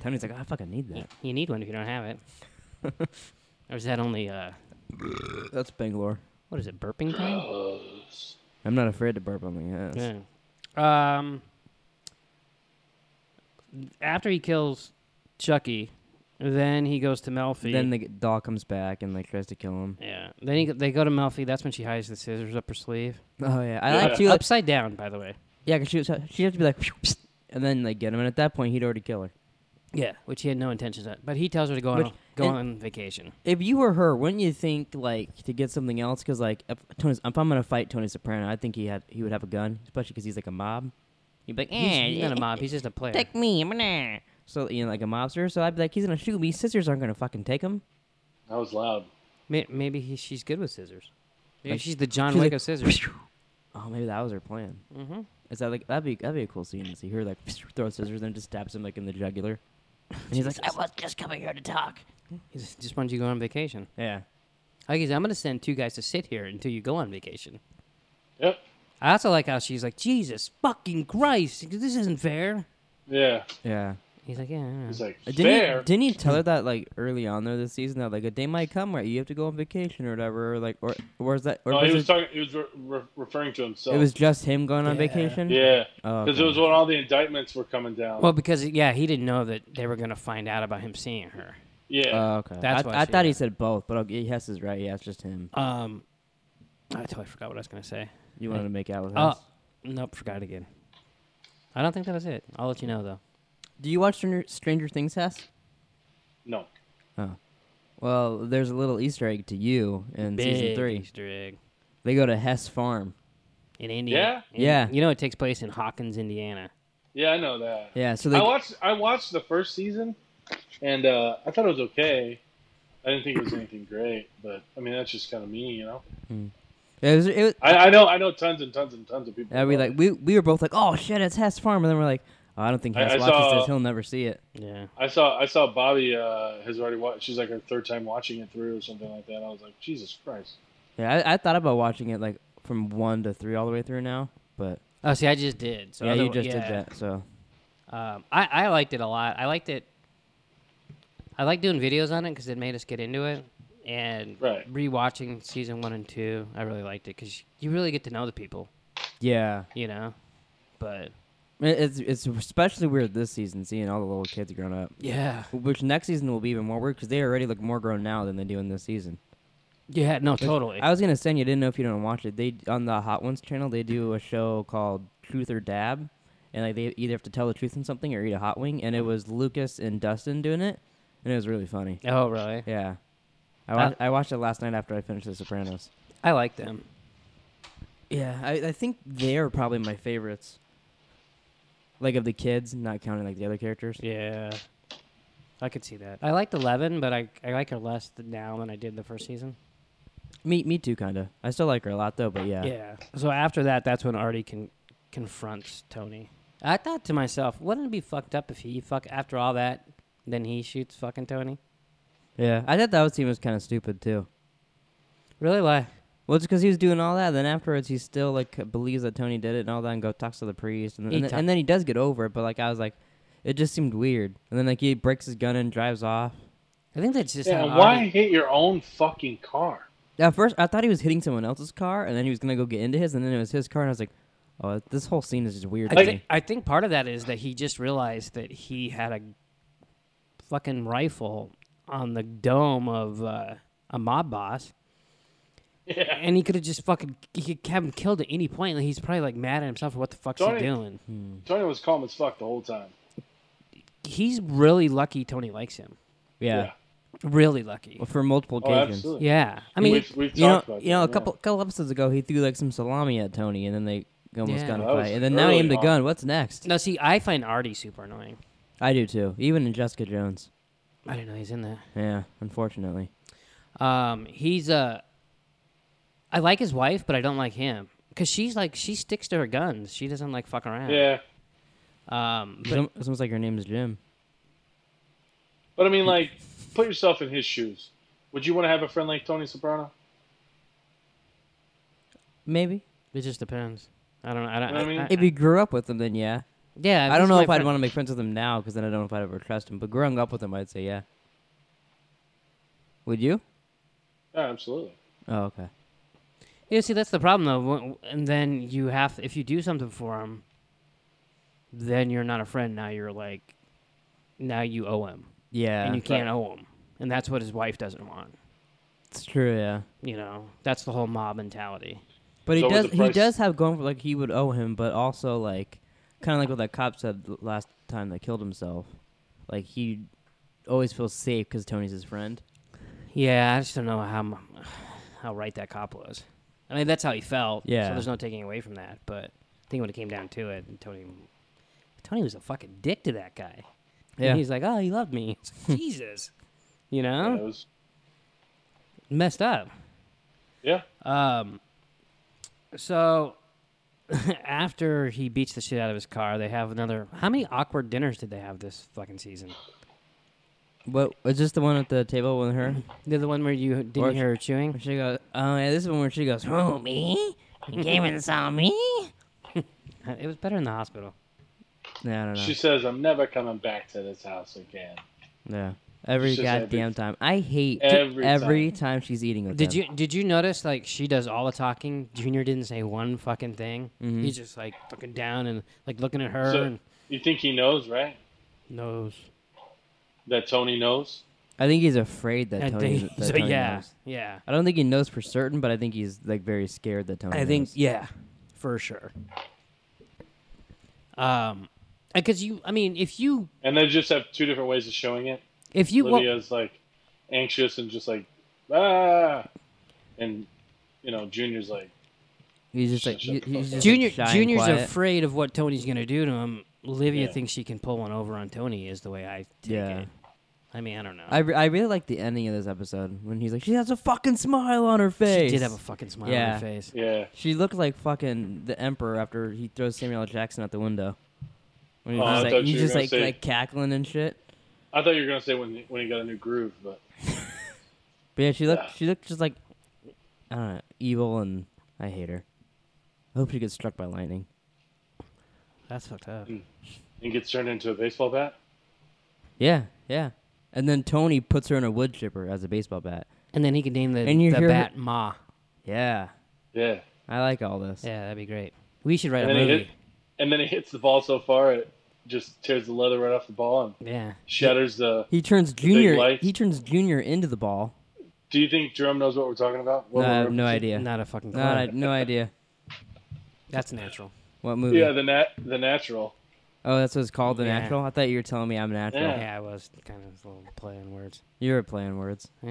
A: Tony's like, "Oh, I fucking need
C: Y-
A: that.
C: You need one if you don't have it. or is that only uh,
A: That's Bangalore.
C: what is it, burping time?
A: I'm not afraid to burp on my ass.
C: Yeah. Um. After he kills Chucky, then he goes to Melfi.
A: Then the g- doll comes back and like tries to kill him.
C: yeah. Then he, they go to Melfi. That's when she hides the scissors up her sleeve.
A: Oh yeah, I
B: Yeah.
A: like she like,
C: Upside down, by the way.
A: yeah, 'cause she was, she had to be like, and then like get him, and at that point he'd already kill her.
C: Yeah. Which he had no intentions of. But he tells her to go
A: Which-
C: on go
A: and-
C: on vacation.
A: If you were her, wouldn't you think like to get something else? Because like if Tony, if I'm gonna fight Tony Soprano, I think he had he would have a gun, especially because he's like a mob. He'd be like, eh,
C: He's not a mob. He's just a player.
A: take me, I'm gonna. So you know, like a mobster. So I'd be like, he's gonna shoot me. Scissors aren't gonna fucking take him.
B: That was loud.
C: May- Maybe he, she's good with scissors. Maybe
A: Like,
C: she's the John
A: she's like,
C: Wick of scissors.
A: Oh, maybe that was her plan.
C: mm-hmm.
A: Is that like that'd be that'd be a cool scene to see her like throw scissors and just stabs him like in the jugular. And he's like, I was just coming here to talk.
C: He just just wanted you to go on vacation.
A: Yeah.
C: Like he's, I'm gonna send two guys to sit here until you go on vacation.
B: Yep.
C: I also like how she's like, Jesus fucking Christ, this isn't fair.
B: Yeah.
A: Yeah.
C: He's like, yeah, I know."
B: He's like,
A: Uh, Didn't
B: fair.
A: He, didn't he tell her that like early on though this season that like a day might come where you have to go on vacation or whatever or like or or is that or
B: No,
A: was
B: Oh, he was
A: it,
B: talking. He was re- re- referring to himself.
A: it was just him going on
C: Yeah.
A: vacation?
B: yeah,
A: Oh,
B: because
A: okay.
B: it was when all the indictments were coming down.
C: well, because yeah, he didn't know that they were gonna find out about him seeing her.
B: yeah,
A: Oh, okay.
C: That's
A: I,
C: why
A: I
C: she-
A: thought he said both, but okay, yes is right. Yeah, it's just him.
C: Um, I totally forgot what I was gonna say.
A: You wanted to make out with
C: Oh,
A: us.
C: nope, forgot again. I don't think that was it. I'll let you know though.
A: Do you watch Stranger, Stranger Things, Hess?
B: no,
A: Well, there's a little Easter egg to you in season
C: Big
A: three.
C: Easter egg
A: They go to Hess Farm.
C: in Indiana.
A: Yeah? Yeah.
C: you know it takes place in Hawkins, Indiana.
B: yeah, I know that.
A: Yeah, so they
B: I watched. I watched the first season, and uh, I thought it was okay. I didn't think it was anything great, but I mean that's just kind of me, you know.
A: it was, it was,
B: I, I know. I know tons and tons and tons of people.
A: and we
B: who love
A: like we we were both like, oh shit, it's Hess Farm, and then we're like, oh, I don't think
B: I-
A: Hess
B: I
A: watches
B: saw-
A: this. He'll never see it.
C: Yeah,
B: it. I saw. I saw Bobby uh, has already watched. She's like her third time watching it through or something like that. I was like, Jesus Christ.
A: Yeah, I, I thought about watching it like from one to three all the way through now, but
C: Oh, see, I just did. So
A: yeah, you
C: otherwi-
A: just
C: yeah.
A: did that. So
C: Um, I, I liked it a lot. I liked it. I like doing videos on it because it made us get into it. And
B: Right.
C: rewatching season one and two, I really liked it because you really get to know the people,
A: yeah,
C: you know. But
A: I- it's it's especially weird this season seeing all the little kids grown up.
C: yeah,
A: Which next season will be even more weird because they already look more grown now than they do in this season.
C: yeah, no, totally.
A: I was gonna send you. Didn't know if you don't watch it. They on the Hot Ones channel. They do a show called Truth or Dab, and like they either have to tell the truth in something or eat a hot wing.
C: Uh-huh.
A: And it was Lucas and Dustin doing it, and it was really funny.
C: oh, really?
A: Yeah, I
C: Uh,
A: wa- I watched it last night after I finished The Sopranos.
C: I like them.
A: Yeah, I, I think they're probably my favorites. Like of the kids, not counting like the other characters.
C: Yeah, I could see that. I liked Eleven, but I I like her less th- now than I did the first season.
A: Me me too, kinda. I still like her a lot though, but yeah.
C: Yeah. So after that, that's when Artie can confronts Tony. I thought to myself, wouldn't it be fucked up if he fuck after all that, then he shoots fucking Tony?
A: Yeah, I thought that was, scene was kind of stupid too.
C: Really? Why?
A: Well, it's because he was doing all that. Then afterwards, he still like c- believes that Tony did it and all that, and go talks to the priest, and,
C: He
A: and, then-
C: ta-
A: and then he does get over it. But like I was like, it just seemed weird. And then like he breaks his gun and drives off.
C: I think that's just
B: Yeah,
C: how.
B: and why
C: Artie-
B: hit your own fucking car?
A: At first, I thought he was hitting someone else's car, and then he was gonna go get into his, and then it was his car, and I was like, oh, this whole scene is just weird.
C: I,
A: to
B: Like-
C: thi-
A: me.
C: I think part of that is that he just realized that he had a fucking rifle on the dome of uh, a mob boss. And he could have just fucking he could have him killed at any point. Like, he's probably like mad at himself for what the fuck's
B: Tony-
C: he doing.
A: Mm.
B: Tony was calm as fuck the whole time.
C: He's really lucky Tony likes him.
A: yeah.
C: Really lucky.
A: Well, for multiple
B: Oh,
A: occasions.
B: absolutely.
C: Yeah. I mean,
B: we've, we've
A: you know,
B: talked about
A: you know, a
B: that, yeah.
A: couple couple episodes ago, he threw like some salami at Tony, and then they almost
C: Yeah.
A: got in
B: That
A: a
B: was
A: fight, and then now he
B: early
A: aimed a
B: on.
A: gun. What's next?
C: No, see, I find Artie super annoying.
A: I do too. Even in Jessica Jones.
C: I didn't know he's in that.
A: Yeah, unfortunately.
C: Um, he's Uh, I like his wife, but I don't like him because she's like she sticks to her guns. She doesn't like fuck around.
B: Yeah,
C: Um,
A: It's
C: but
A: al- it's almost like your name's Jim.
B: But I mean, like, put yourself in his shoes. Would you want to have a friend like Tony Soprano?
A: Maybe.
C: it just depends. I don't. I don't.
B: You know what I mean?
C: I- I-
A: If you grew up with him, then yeah.
C: yeah,
A: I don't know if I'd
C: want.
A: want to make friends with him now because then I don't know if I'd ever trust him. But growing up with him, I'd say yeah. Would you?
B: Yeah, absolutely.
A: Oh, okay.
C: Yeah, see, that's the problem though. When- And then you have, if you do something for him, then you're not a friend. Now you're like, now you owe him,
A: Yeah,
C: and you can't owe him, and that's what his wife doesn't want.
A: it's true. Yeah,
C: You know, that's the whole mob mentality.
A: but he
B: So with
A: does.
B: the
A: He
B: price-
A: does have going for like he would owe him, but also like kind of like what that cop said the last time that killed himself. Like he always feels safe because Tony's his friend.
C: Yeah, I just don't know how mu- how right that cop was. I mean, that's how he felt.
A: Yeah.
C: So there's no taking away from that. But I think when it came down to it, Tony, Tony was a fucking dick to that guy.
A: Yeah.
C: And he's like, oh, he loved me. It's like, Jesus. You
B: Yeah,
A: Oh.
C: know,
B: it was-
C: messed up.
B: yeah.
C: Um, so after he beats the shit out of his car, they have another. How many awkward dinners did they have this fucking season?
A: What? Was this the one at the table with her?
C: The other one where you didn't
A: Or-
C: hear her chewing.
A: Where she goes, oh yeah, this is one where she goes, oh me, you came and saw me.
C: It was better in the hospital.
A: No, I don't know.
B: She says, I'm never coming back to this house again.
A: yeah, every
B: It's just every-
A: goddamn time. I hate every,
B: Every
A: time. she's eating with
C: Did
A: him.
C: you did you notice like she does all the talking? Junior didn't say one fucking thing. He's just like fucking down and like looking at her
B: So-
C: and
B: You think he knows, right?
C: knows.
B: That Tony knows?
A: I think he's afraid that
C: And
A: Tony.
C: they-
A: that
C: so
A: Tony
C: yeah,
A: knows.
C: yeah.
A: I don't think he knows for certain, but I think he's like very scared that Tony.
C: I think
A: knows.
C: yeah, for sure. Um, because you, I mean, if you
B: And they just have two different ways of showing it.
C: if you well,
B: Lydia's like anxious and just like, ah. And, you know, Junior's like,
A: he's just like
B: Shut
A: he-
B: the
A: he's
B: fuck
A: just,
C: Junior
A: like, shy and
C: Junior's
A: quiet.
C: afraid of what Tony's gonna do to him. Olivia
B: Yeah.
C: thinks she can pull one over on Tony. Is the way I take
A: Yeah.
C: it. I mean, I don't know.
A: I, re- I really like the ending of this episode when he's like she has a fucking smile on her
C: she
A: face.
C: did have a fucking smile on
A: Yeah.
C: her face.
B: yeah.
A: She looked like fucking the emperor after he throws Samuel L. Jackson out the window. When he's
B: Oh, I
A: just,
B: thought
A: like,
B: you
A: he's
B: were
A: just
B: gonna
A: like,
B: say-
A: like cackling and shit.
B: I thought you were going to say when, when he got a new groove, but
A: But yeah, she looked
B: Yeah.
A: she looked just like I don't know, evil and I hate her. I hope she gets struck by lightning.
C: That's fucked up.
A: Mm.
B: and gets turned into a baseball bat.
A: Yeah, yeah. And then Tony puts her in a wood chipper as a baseball bat.
C: And then he can name the,
A: And you
C: the
A: hear her-
C: bat Ma.
A: Yeah.
B: Yeah.
A: I like all this.
C: Yeah, that'd be great. We should write
B: And
C: a
B: then, he hit,
C: movie.
B: and then he hits the ball so far it just tears the leather right off the ball and
C: Yeah.
B: shatters the.
A: He turns junior
B: lights.
A: he turns junior into the ball.
B: Do you think Jerome knows what we're talking about? What
A: No, I
B: we're
A: have no
B: referencing?
A: idea. No,
C: Not a fucking clue.
A: I, no idea.
C: That's natural.
A: What movie?
B: Yeah, the nat- the natural.
A: Oh, that's what it's called, The
C: Yeah.
A: Natural? I thought you were telling me I'm natural.
B: Yeah.
C: Yeah, I was kind of a little play on words.
A: You were playing words.
C: All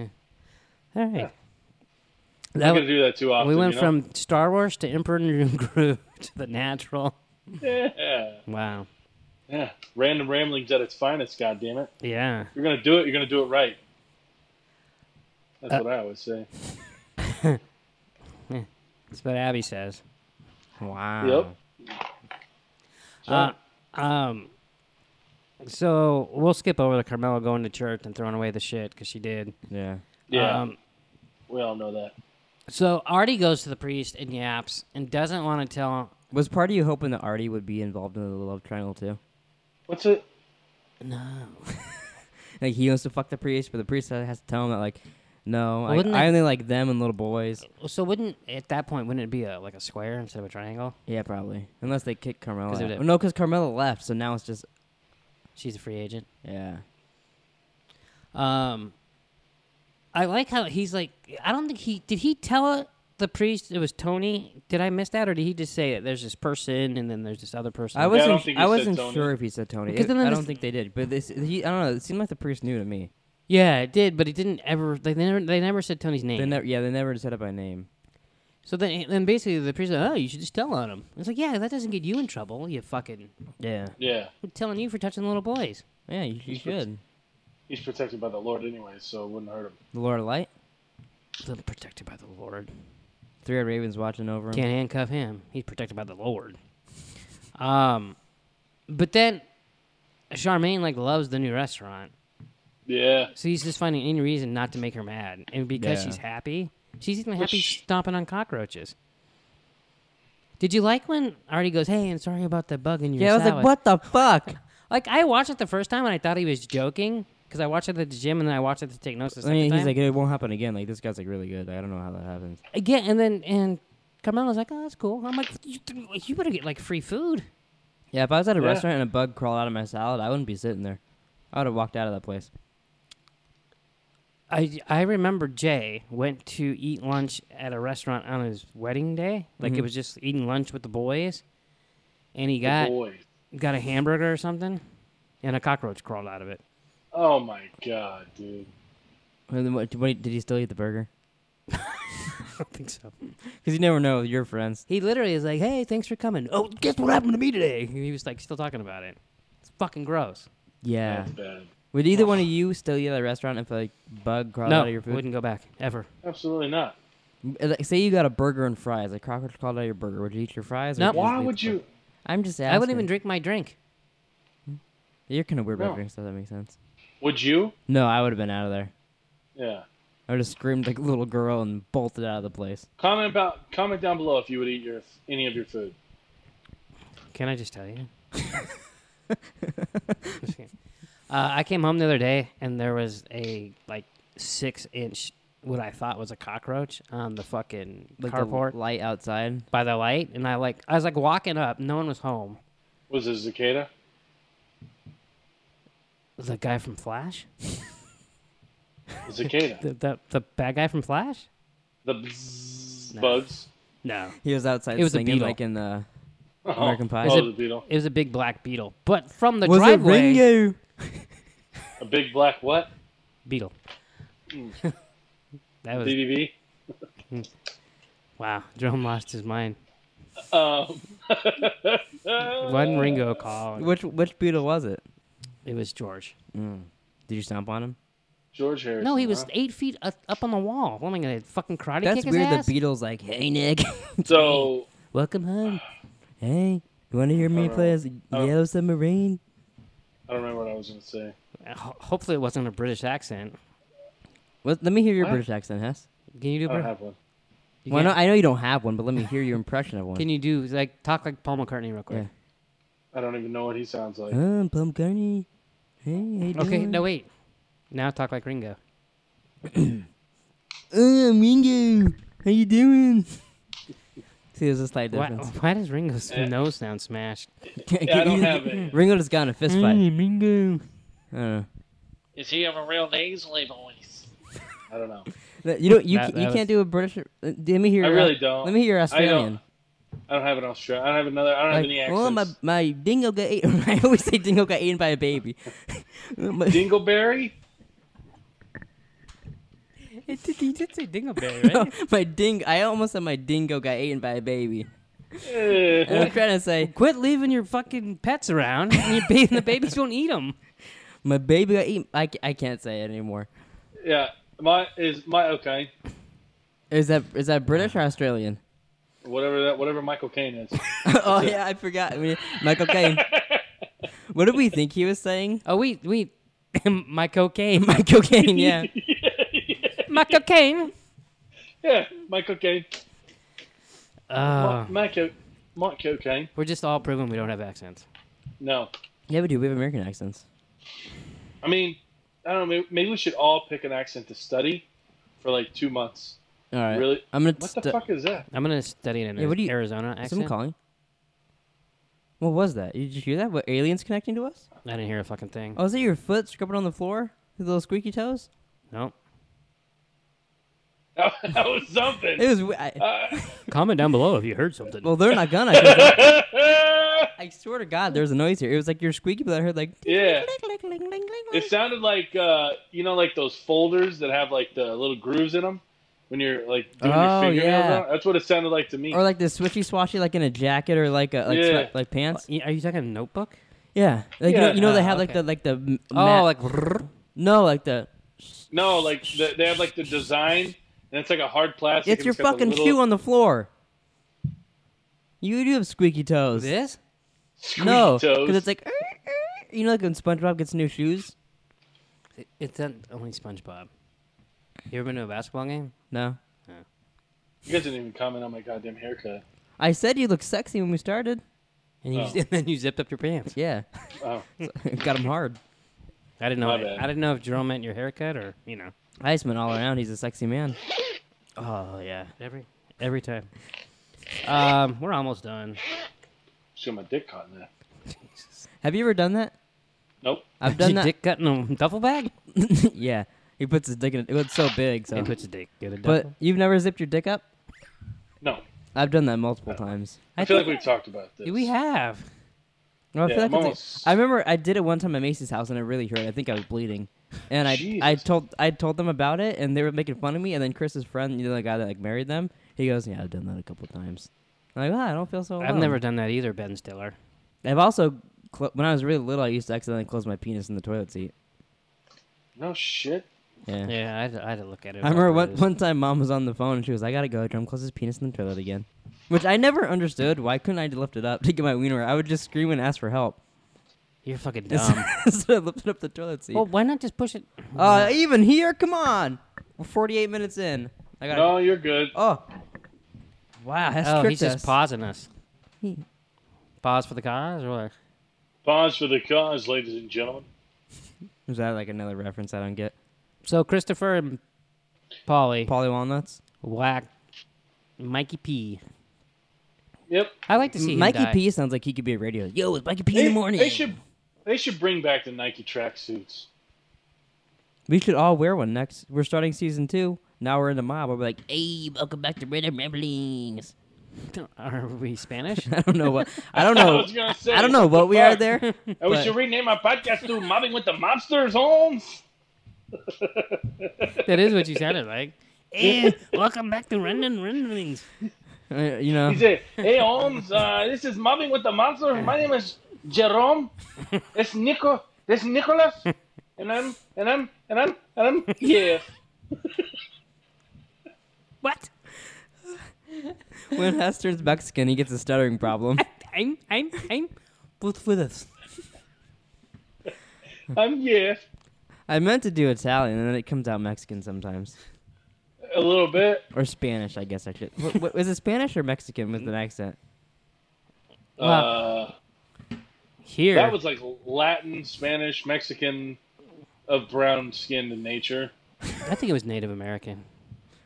C: right.
B: I'm
C: That
B: gonna
C: was,
B: do that too often.
C: we went
B: you know?
C: from Star Wars to Emperor and Groove to the natural.
B: yeah,
C: Wow.
B: yeah, random ramblings at its finest. God damn it!
C: Yeah.
B: If you're gonna do it. You're gonna do it right.
C: Uh,
B: That's what I always say.
C: That's what Abby says.
A: Wow.
B: Yep.
C: Uh, um, so we'll skip over the Carmelo going to church and throwing away the shit because she did.
A: Yeah.
B: Yeah,
C: Um,
B: we all know that.
C: so Artie goes to the priest and yaps and doesn't want to tell.
A: Was part of you hoping that Artie would be involved in the love triangle too?
B: What's it?
C: No.
A: Like he wants to fuck the priest, but the priest has to tell him that like, no, I,
C: wouldn't
A: I
C: it-
A: only like them and little boys.
C: So wouldn't at that point wouldn't it be a like a square instead of a triangle?
A: Yeah, probably. Unless they kick Carmela.
C: 'Cause
A: Out.
C: they're dead.
A: Well, no, because Carmela left, so now it's just
C: She's a free agent.
A: yeah.
C: Um, I like how he's like. I don't think he did. He tell the priest it was Tony. Did I miss that, or did he just say it? There's this person, and then there's this other person.
A: I
B: don't
A: wasn't.
B: think he
A: I
B: said
A: wasn't
B: Tony.
A: sure if he said Tony.
C: Because
A: It-
C: then
A: I
C: this-
A: don't think they did. But this, he, I don't know. It seemed like the priest knew to me.
C: Yeah, it did, but it didn't ever. They never. They never said Tony's name.
A: They never. Yeah, they never said it by name.
C: so then, then basically the priest, like, oh, you should just tell on him. It's like, yeah, that doesn't get you in trouble. You fucking
A: Yeah.
B: Yeah,
C: I'm telling you for touching little boys.
A: Yeah, you, you should.
B: he's protected by the Lord anyway, so it wouldn't hurt him.
A: The Lord of Light.
C: They're protected by the Lord.
A: Three eyed ravens watching over him.
C: Can't handcuff him. He's protected by the Lord. Um, But then Charmaine like loves the new restaurant.
B: Yeah.
C: So he's just finding any reason not to make her mad. And because
A: Yeah.
C: she's happy, she's even
B: Well,
C: happy
B: sh-
C: stomping on cockroaches. Did you like when Artie goes, "Hey, and sorry about the bug in your
A: Yeah, I was
C: salad."
A: like, what the fuck?
C: Like I watched it the first time and I thought he was joking because I watched it at the gym and then I watched it to take notes. the
A: I
C: second
A: mean, he's
C: time.
A: like, it won't happen again. Like this guy's like really good. I don't know how that happens.
C: again, and then and Carmelo's like, "Oh, that's cool." I'm like, "You, you better get like free food."
A: Yeah, if I was at a
B: Yeah.
A: restaurant and a bug crawled out of my salad, I wouldn't be sitting there. I would have walked out of that place.
C: I, I remember Jay went to eat lunch at a restaurant on his wedding day. Like it
A: Mhm.
C: was just eating lunch with the boys, and he got
B: Boy.
C: got a hamburger or something, and a cockroach crawled out of it.
B: Oh my god, dude.
A: And then what, what- did he still eat the burger?
C: I don't think so.
A: Because you never know with your friends.
C: He literally is like, "Hey, thanks for coming." Oh, guess what happened to me today? And he was like, still talking about it. It's fucking gross.
A: Yeah.
B: That's bad.
A: Would either one of you still eat at a restaurant if a bug crawled
C: no,
A: out of your food?
C: wouldn't go back ever.
B: Absolutely not.
A: Uh, like, Say you got a burger and fries. A cockroach crawled out of your burger. Would you eat your fries? or
C: No.
A: just
B: Why
A: leave
B: would
A: the bur-
B: you?
A: I'm just asking.
C: I wouldn't even drink my drink.
A: You're kind of weird about
B: No.
A: drinking stuff. That makes sense.
B: Would you?
A: No, I would have been out of there.
B: Yeah.
A: I would have screamed like a little girl and bolted out of the place.
B: Comment about comment down below if you would eat your any of your food.
C: Can I just tell you? Just kidding. uh, I came home the other day and there was a like six inch what I thought was a cockroach on the fucking
A: Like the
C: carport
A: light outside.
C: by the light, and I like I was like walking up, no one was home.
B: Was it Cicada?
C: The guy from Flash,
B: Cicada.
C: the the, the bad guy from Flash.
B: the bzzz
C: No.
B: bugs.
C: No,
A: He was outside
C: It was a
A: singing
C: beetle.
A: like in the.
B: Oh,
A: American Pie.
B: Oh,
C: Is it-
B: the beetle.
C: it was a big black beetle, but from the
A: was it
C: driveway,
A: Ringo?
B: A big black what?
C: beetle. that was
B: DDB.
C: wow. Jerome lost his mind.
B: Um,
C: One Ringo call.
A: Which which beetle was it?
C: It was George.
A: Did you stomp on him?
B: George Harrison.
C: No, he was
B: huh?
C: eight feet up, up on the wall. What am I gonna fucking karate
A: That's
C: kick his
A: weird.
C: ass?
A: The Beatles like, hey Nick,
B: So
C: Welcome home.
A: hey, you want to hear me
B: Alright.
A: play as
B: Oh.
A: Yellow Submarine?
B: I don't remember what I was gonna say.
C: Uh, Ho- Hopefully, it wasn't a British accent.
A: Let, let me hear your
B: What?
A: British accent, Hess.
C: Can you do?
B: I don't
E: Uh-huh.
C: Brit-
B: have one.
C: you
A: Well, no,
C: can't-
A: I know you don't have one, but let me hear your impression of one.
C: Can you do like talk like Paul McCartney real quick?
B: I don't even know what he sounds like.
A: Oh, Plum Carney. Hey, how you
C: Okay.
A: doing?
C: No, wait. Now talk like Ringo.
A: Oh, Mingo. How you doing? See, there's a slight
C: Why,
A: difference.
C: why does Ringo's
B: Eh.
C: nose sound smashed?
B: Yeah, I don't have it.
A: Ringo just got in a fist fight.
C: Ringo.
A: I don't know.
E: Does he have a real nasally voice?
B: I don't know.
A: That- You don't. You,
C: That-
A: ca-
C: that
A: you
C: was-
A: can't do a British. uh, Let me hear.
B: I
A: your-
B: really don't.
A: Let me hear your
B: I don't-
A: Australian.
B: I don't have an Australia. I don't have another. I don't have any
A: Like,
B: accents.
A: well, my my dingo got eaten. I always say dingo got eaten by a baby. My-
B: Dingleberry.
C: You did say Dingleberry, right?
A: my ding. I almost said my dingo got eaten by a baby. And
B: Eh.
A: I'm trying to say
C: Quit leaving your fucking pets around. And your ba- the babies won't eat them.
A: my baby got eaten. I, ca- I can't say it anymore.
B: yeah. My is my okay.
A: Is that is that British or Australian?
B: Whatever that. Whatever Michael Caine is.
A: oh yeah, I forgot. I mean, Michael Caine. what did we think he was saying?
C: Oh wait, wait. My cocaine.
A: Michael Caine. Yeah.
C: My cocaine.
B: yeah. Michael Caine.
A: Ah.
C: Uh,
B: Michael. Michael Caine.
C: we're just all proving we don't have accents.
B: No.
A: Yeah, we do. We have American accents.
B: I mean, I don't know. may- Maybe we should all pick an accent to study for like two months.
A: All right.
B: Really?
A: I'm gonna.
B: What the
A: st-
B: fuck is that?
C: I'm gonna study in
A: Yeah, what do you-
C: Arizona accent.
A: Someone calling. What was that? Did you hear that? What aliens connecting to us?
C: I didn't hear a fucking thing.
A: Oh, is that your foot scrubbing on the floor? Your little squeaky toes?
C: No.
B: That, was something.
A: It was. w I
C: Comment down below if you heard something.
A: well, they're not gonna. 'cause
B: Uh,
A: I swear to God, there's a noise here. It was like your squeaky, but I heard like.
B: yeah.
A: "Ling, ling, ling, ling, ling."
B: It sounded like uh, you know, like those folders that have like the little grooves in them when you're like doing
A: Oh,
B: your fingernails.
A: yeah.
B: on it. That's what it sounded like to me.
A: Or like the swishy swashy, like in a jacket or like a like,
B: Yeah.
A: sweat, like pants.
C: Oh, Y- Are you talking a notebook?
A: Yeah, like you know,
B: Yeah.
A: you know they
C: Oh,
A: have like
C: okay.
A: the like the m-
C: Oh,
A: mat-
C: like
A: no, like the
B: no, like the, they have like the design, and it's like a hard plastic.
A: it's
B: and
A: your
B: got the
A: fucking
B: little-
A: shoe on the floor. You do have squeaky toes.
C: this?
B: Squeaky
A: No,
B: toes.
A: because it's like, "Er, er," you know, like when SpongeBob gets new shoes.
C: It- It's not only SpongeBob. You ever been to a basketball game?
A: No,
B: you guys didn't even comment on my goddamn haircut.
A: I said you look sexy when we started.
C: And, you,
B: Oh.
C: and then you zipped up your pants.
A: Yeah,
B: Oh,
A: got him hard.
C: I didn't know.
B: My
C: I,
B: bad.
C: I didn't know if Jerome meant your haircut or you know.
A: Iceman all around. He's a sexy man.
C: Oh yeah, every every time. Um, we're almost done.
B: just got my dick caught in that.
A: Have you ever done that?
B: Nope.
A: I've
C: Did
A: done
C: you
A: that.
C: dick cut in a duffel bag?
A: yeah, he puts his dick in. It was so big. So,
C: He puts a dick in a
A: but
C: duffel.
A: you've never zipped your dick up.
B: No.
A: I've done that multiple times.
B: I,
C: I
B: feel like
C: think-
B: we've talked about this.
C: we have.
A: Well, I
B: Yeah,
A: feel like it's
B: I'm
A: like-
B: almost-
A: I remember I did it one time at Macy's house and it really hurt. I think I was bleeding, and I I
B: Jesus.
A: told I told them about it and they were making fun of me. And then Chris's friend, you know, the guy that like married them, he goes, "Yeah, I've done that a couple times." I'm like, ah, I don't feel so.
C: I've
A: alone."
C: never done that either, Ben Stiller.
A: I've also cl- when I was really little, I used to accidentally close my penis in the toilet seat.
B: No shit.
A: Yeah.
C: Yeah, I had, to, I had to look at it.
A: I remember one,
C: afterwards.
A: one time mom was on the phone and she was like, I gotta go. Drum closes his penis in the toilet again. Which I never understood. Why couldn't I lift it up to get my wiener? out? I would just scream and ask for help.
C: You're fucking dumb.
A: so I lifted up the toilet seat.
C: Um, well, why not just push it?
A: Uh, even here, come on. We're 48 minutes in. I gotta.
B: No, you're good.
A: Oh. Wow, that's
C: oh,
A: tricked
C: he's just
A: us.
C: pausing us.
A: He-
C: Pause for the cause, or what?
B: Pause for the cause, ladies and gentlemen.
A: Is that like another reference I don't get?
C: So Christopher and Polly
A: Polly walnuts.
C: whack Mikey P.
B: Yep.
C: I like to see him
A: Mikey
C: die.
A: P sounds like he could be a radio. Yo, it's Mikey P in the morning.
B: They should. They should bring back the Nike tracksuits.
A: We should all wear one next. We're starting season two. Now we're in the mob. We'll be like, hey, welcome back to Rhythm Ramblings.
C: Are we Spanish?
A: I don't know what. I don't
B: I
A: know.
B: was gonna say.
A: I don't know what we are
B: fuck?
A: there.
B: And we
A: but-
B: should rename our podcast to "Mobbing with the Mobsters," Holmes.
C: that is what you sounded like. Eh, welcome back to Rendon Renderings.
A: Uh, you know,
B: He said, "Hey, Holmes, uh, this is Mobbing with the Mobsters. My name is Jerome. It's Nico. It's Nicholas. And I'm and I'm and I'm and I'm here.
C: What?
A: when Hester's Mexican, he gets a stuttering problem.
C: I'm I'm I'm both with us.
B: I'm here
A: I meant to do Italian, and then it comes out Mexican sometimes,
B: a little bit.
A: or Spanish. I guess I should. Wha- wha- Was it Spanish or Mexican with an accent?
B: Uh,
C: Here,
B: that was like Latin, Spanish, Mexican, of brown skin in nature.
C: I think it was Native American.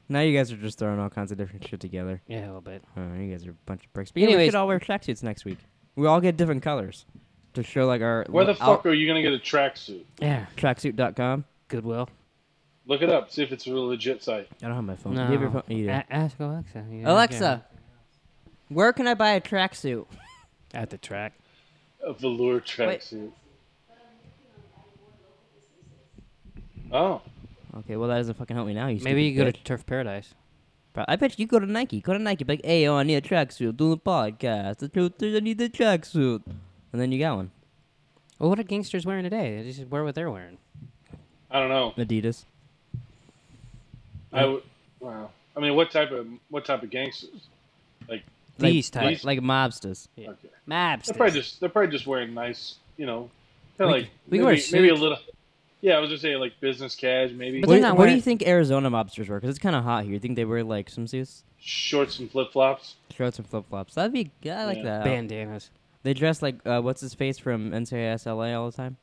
A: Now you guys are just throwing all kinds of different shit together.
C: Yeah, a little bit.
A: Oh, you guys are a bunch of bricks. But anyway, we
C: Anyways-
A: should all wear tracksuits next week. We all get different colors to show like our
B: Where the
A: l- out-
B: fuck are you gonna get a tracksuit?
C: Yeah,
A: tracksuit.com.
C: Goodwill.
B: Look it up. See if it's a legit site.
A: I don't have my phone.
C: No. Eh,
A: Do you have your phone? Oh, You do. Oh,
C: A- ask Alexa. You don't
A: Alexa, where can I buy a tracksuit?
C: care. At the track.
B: A velour tracksuit. Oh,
A: Okay, well that doesn't fucking help me now. You
C: Maybe you
A: stupid
C: go to
A: bitch.
C: Turf Paradise.
A: Pro- I bet you go to Nike. Go to Nike. Be like, hey, yo, I need a tracksuit. Do the podcast. The truth is, I need a tracksuit. And then you got one.
C: Well, what are gangsters wearing today? They just wear what they're wearing.
B: I don't know.
A: Adidas.
B: I would. Wow. I mean, what type of what type of gangsters?
A: Like-
C: These
A: like,
C: types.
A: like mobsters.
B: Okay.
C: Mabs.
B: They're probably just they're probably just wearing nice, you know, kind of
A: We
B: like
A: could- we could
B: maybe,
A: wear
B: maybe a
A: suits.
B: little. Yeah, I was just saying like business cash, maybe
C: But
A: what do-
C: they're not
A: what do
C: wearing-
A: you think Arizona mobsters wear? Because it's kind of hot here. You think they wear like swimsuits,
B: shorts and flip flops.
A: shorts, and flip flops? That'd be. yeah, I like
B: Yeah.
C: Oh.
A: that.
C: bandanas.
A: They dress like uh, what's his face from NCIS LA all the time,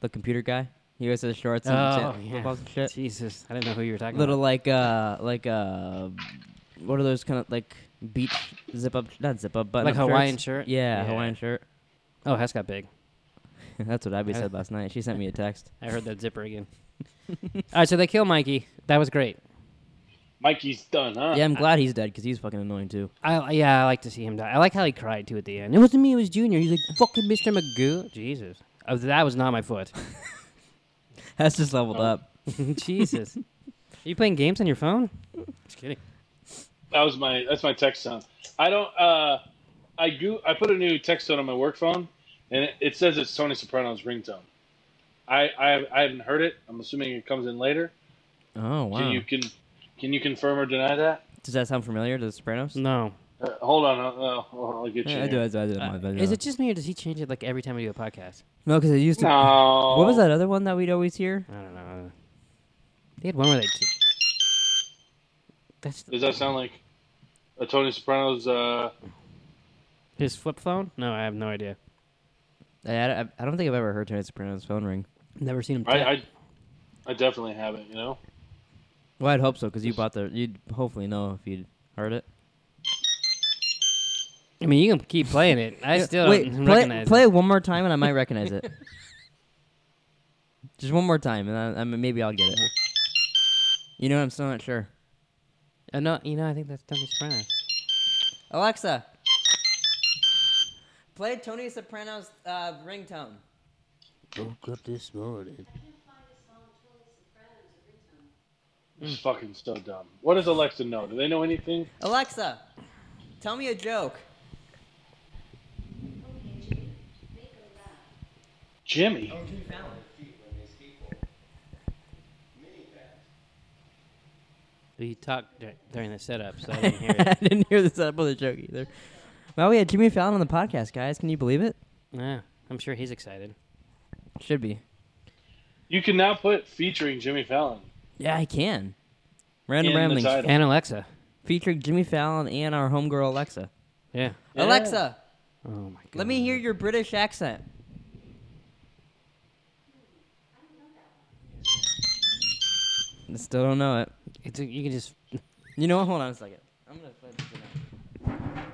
A: the computer guy. He always has shorts and
C: Oh,
A: shit- flip
C: yeah.
A: flops and shit.
C: Jesus, I didn't know who you were talking
A: little
C: about.
A: like uh like uh what are those kind of like beach zip up not zip up but
C: Like Hawaiian shirt?
A: yeah,
C: Yeah.
A: Hawaiian shirt
C: Oh, Hess got big.
A: that's what Abby
C: I-
A: said last night she sent me a text
C: I heard that zipper again. All right, so they kill Mikey. That was great.
B: Mikey's done, huh?
A: yeah I'm glad he's dead because he's fucking annoying too
C: I yeah, I like to see him die. I like how he cried too at the end. It wasn't me. It was Junior. He's like fucking Mr. Magoo. Jesus, oh, that was not my foot.
A: that's just leveled
B: Oh.
A: up
C: Jesus, are you playing games on your phone? Just kidding.
B: That was my that's my text sound. I don't. uh I go. I put a new text tone on my work phone, and it, it says it's Tony Soprano's ringtone. I, I I haven't heard it. I'm assuming it comes in later.
A: oh wow
B: Can you can can you confirm or deny that?
A: does that sound familiar to The Sopranos
C: No,
B: Uh, hold on, I'll, I'll- I'll, I'll get you.
A: I do, I do, I do.
C: Uh,
A: I do.
C: Is it just me or does he change it like every time we do a podcast?
A: no? Because it used to.
B: No.
A: What was that other one that we'd always hear?
C: I don't know. They had one where they. That's
B: Does that sound like a Tony Soprano's? Uh,
C: his flip phone? No, I have no idea.
A: I, I, I don't think I've ever heard Tony Soprano's phone ring.
C: Never seen him.
B: I,
C: tap.
B: I, I definitely have it. You know.
A: Well, I'd hope so because you bought the. You'd hopefully know if you'd heard it.
C: I mean, you can keep playing it. I
A: Yeah,
C: still
A: wait.
C: don't
A: Play,
C: recognize
A: play
C: it.
A: it one more time, and I might recognize it. Just one more time, and I, I mean, maybe I'll get it. You know, I'm still not sure.
C: Uh, no, you know, I think that's Tony Soprano.
A: Alexa, play Tony Soprano's uh, ringtone.
F: Woke up this morning.
D: I can't find a song Tony Soprano's ringtone.
B: It's
A: Mm.
B: fucking so dumb. What does Alexa know? Do they know anything?
A: Alexa, tell me a joke.
D: Okay, Jimmy, make a laugh.
B: Jimmy.
C: He talked dur- during the setup, so I didn't hear it.
A: I didn't hear the setup of the joke either. Well, we had Jimmy Fallon on the podcast, guys. Can you believe it?
C: Yeah, I'm sure he's excited.
A: Should be.
B: You can now put featuring Jimmy Fallon.
A: Yeah, I can. Random
B: In the
A: Ramblings
B: title.
C: And Alexa.
A: featuring Jimmy Fallon and our homegirl Alexa.
C: Yeah.
B: Yeah.
A: Alexa,
C: Oh my god.
A: let me hear your British accent. I still don't know it.
C: It's a, you can just.
A: You know what? Hold on a second. I'm gonna play this. again.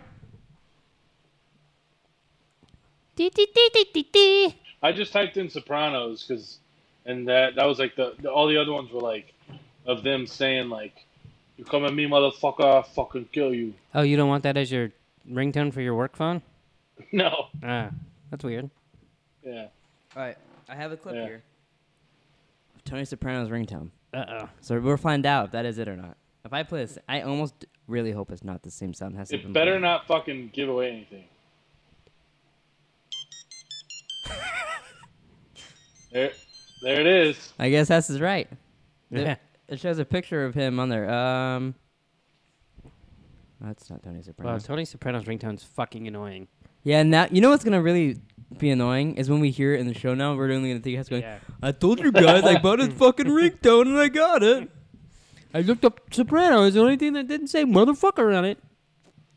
B: I just typed in Sopranos because, and that that was like the, the all the other ones were like, of them saying like, "You come at me, motherfucker, I'll fucking kill you."
C: Oh, you don't want that as your ringtone for your work phone?
B: No.
C: Ah, that's weird.
B: Yeah.
A: All right, I have a clip
B: Yeah.
A: here. Of Tony Soprano's ringtone.
C: Uh oh.
A: So we'll find out if that is it or not. If I play this, I almost really hope it's not the same sound. It has to
B: It
A: have been
B: better
A: played.
B: not fucking give away anything. there, there it is.
A: I guess Hess is right.
C: Yeah.
A: It, it shows a picture of him on there. Um, that's not Tony Soprano.
C: Wow, Tony Soprano's ringtone's fucking annoying.
A: Yeah, now you know what's gonna really be annoying is when we hear it in the show. Now we're only gonna think it's going.
C: Yeah.
A: I told you guys I bought his fucking ringtone and I got it.
C: I looked up Soprano. It's the only thing that didn't say motherfucker on it.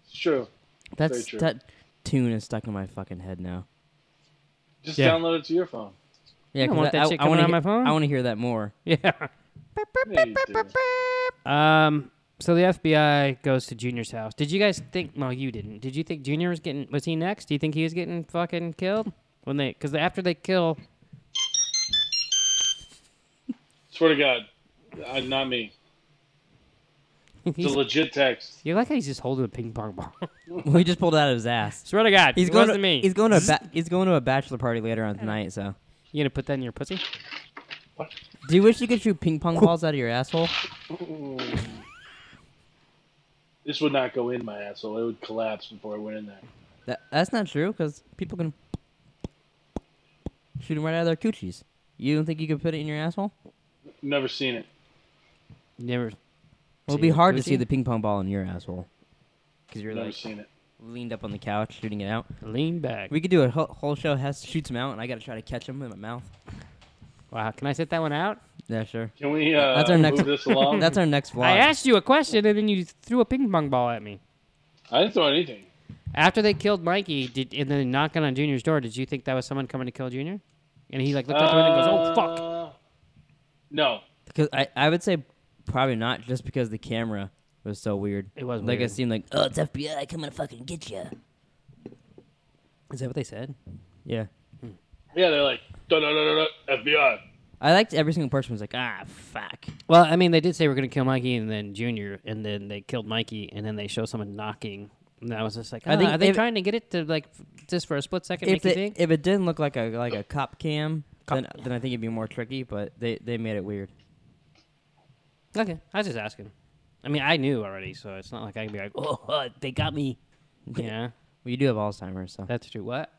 B: It's true. Very
A: That's
B: true.
A: that tune is stuck in my fucking head now.
B: Just
C: Yeah.
B: download it to your phone.
A: Yeah,
C: I don't
A: 'cause
C: want that shit coming
A: wanna
C: on my
A: hear-
C: phone.
A: I want to hear that more.
C: Yeah.
B: Yeah, you do.
C: Um. So the FBI goes to Junior's house. Did you guys think? Well, you didn't. Did you think Junior was getting? Was he next? Do you think he was getting fucking killed when they? Because after they kill,
B: Swear to God, uh, not me. It's a
C: he's,
B: legit text.
C: you like how he's just holding a ping pong ball.
A: well, he just pulled it out of his ass.
C: Swear to God,
A: He's
C: it
A: going
C: wasn't
A: to
C: me.
A: He's going to a ba- he's going to a bachelor party later on tonight. So,
C: You gonna put that in your pussy?
A: do you wish you could shoot ping pong balls out of your asshole?
B: This would not go in my asshole. It would collapse before it went in there.
A: That, that's not true because people can shoot them right out of their coochies. You don't think you could put it in your asshole?
B: Never seen it.
C: Never.
A: Well, it'd
C: See
A: be
C: the
A: hard to
C: coochie?
A: see the ping pong ball in your asshole because you're
B: Never
A: like
B: seen it.
A: leaned up on the couch shooting it out.
C: Lean back.
A: We could do a whole, whole show. Hess shoots him out, and I gotta try to catch him in my mouth.
C: wow. Can I set that one out?
A: Yeah, sure.
B: Can we uh,
A: That's our next-
B: move this along?
A: That's our next vlog.
C: Hmm. I asked you a question and then you threw a ping pong ball at me.
B: I didn't throw anything.
C: After they killed Mikey, did and then knocking on Junior's door, did you think that was someone coming to kill Junior? And he like looked up and goes, "Oh fuck."
B: Uh, No.
A: Because I, I would say probably not, just because the camera was so weird.
C: It was
A: like
C: weird.
A: it seemed like oh it's FBI coming to fucking get you.
C: Is that what they said?
A: Yeah,
B: Yeah, they're like, da da da da da, FBI.
A: I liked every single person was like ah fuck.
C: Well, I mean, they did say we're going to kill Mikey and then Junior, and then they killed Mikey, and then they show someone knocking. And I was just like,
A: I
C: I
A: think
C: think are they
A: if-
C: trying to get it to like f- just for a split second
A: If
C: make you
A: it,
C: think?
A: if it didn't look like a like a cop cam,
C: Cop-
A: then then I think it'd be more tricky. But they they made it weird.
C: okay, I was just asking. I mean, I knew already, so it's not like I can be like, oh, they got me. Yeah,
A: Well, you do have Alzheimer's, so
C: that's true. What?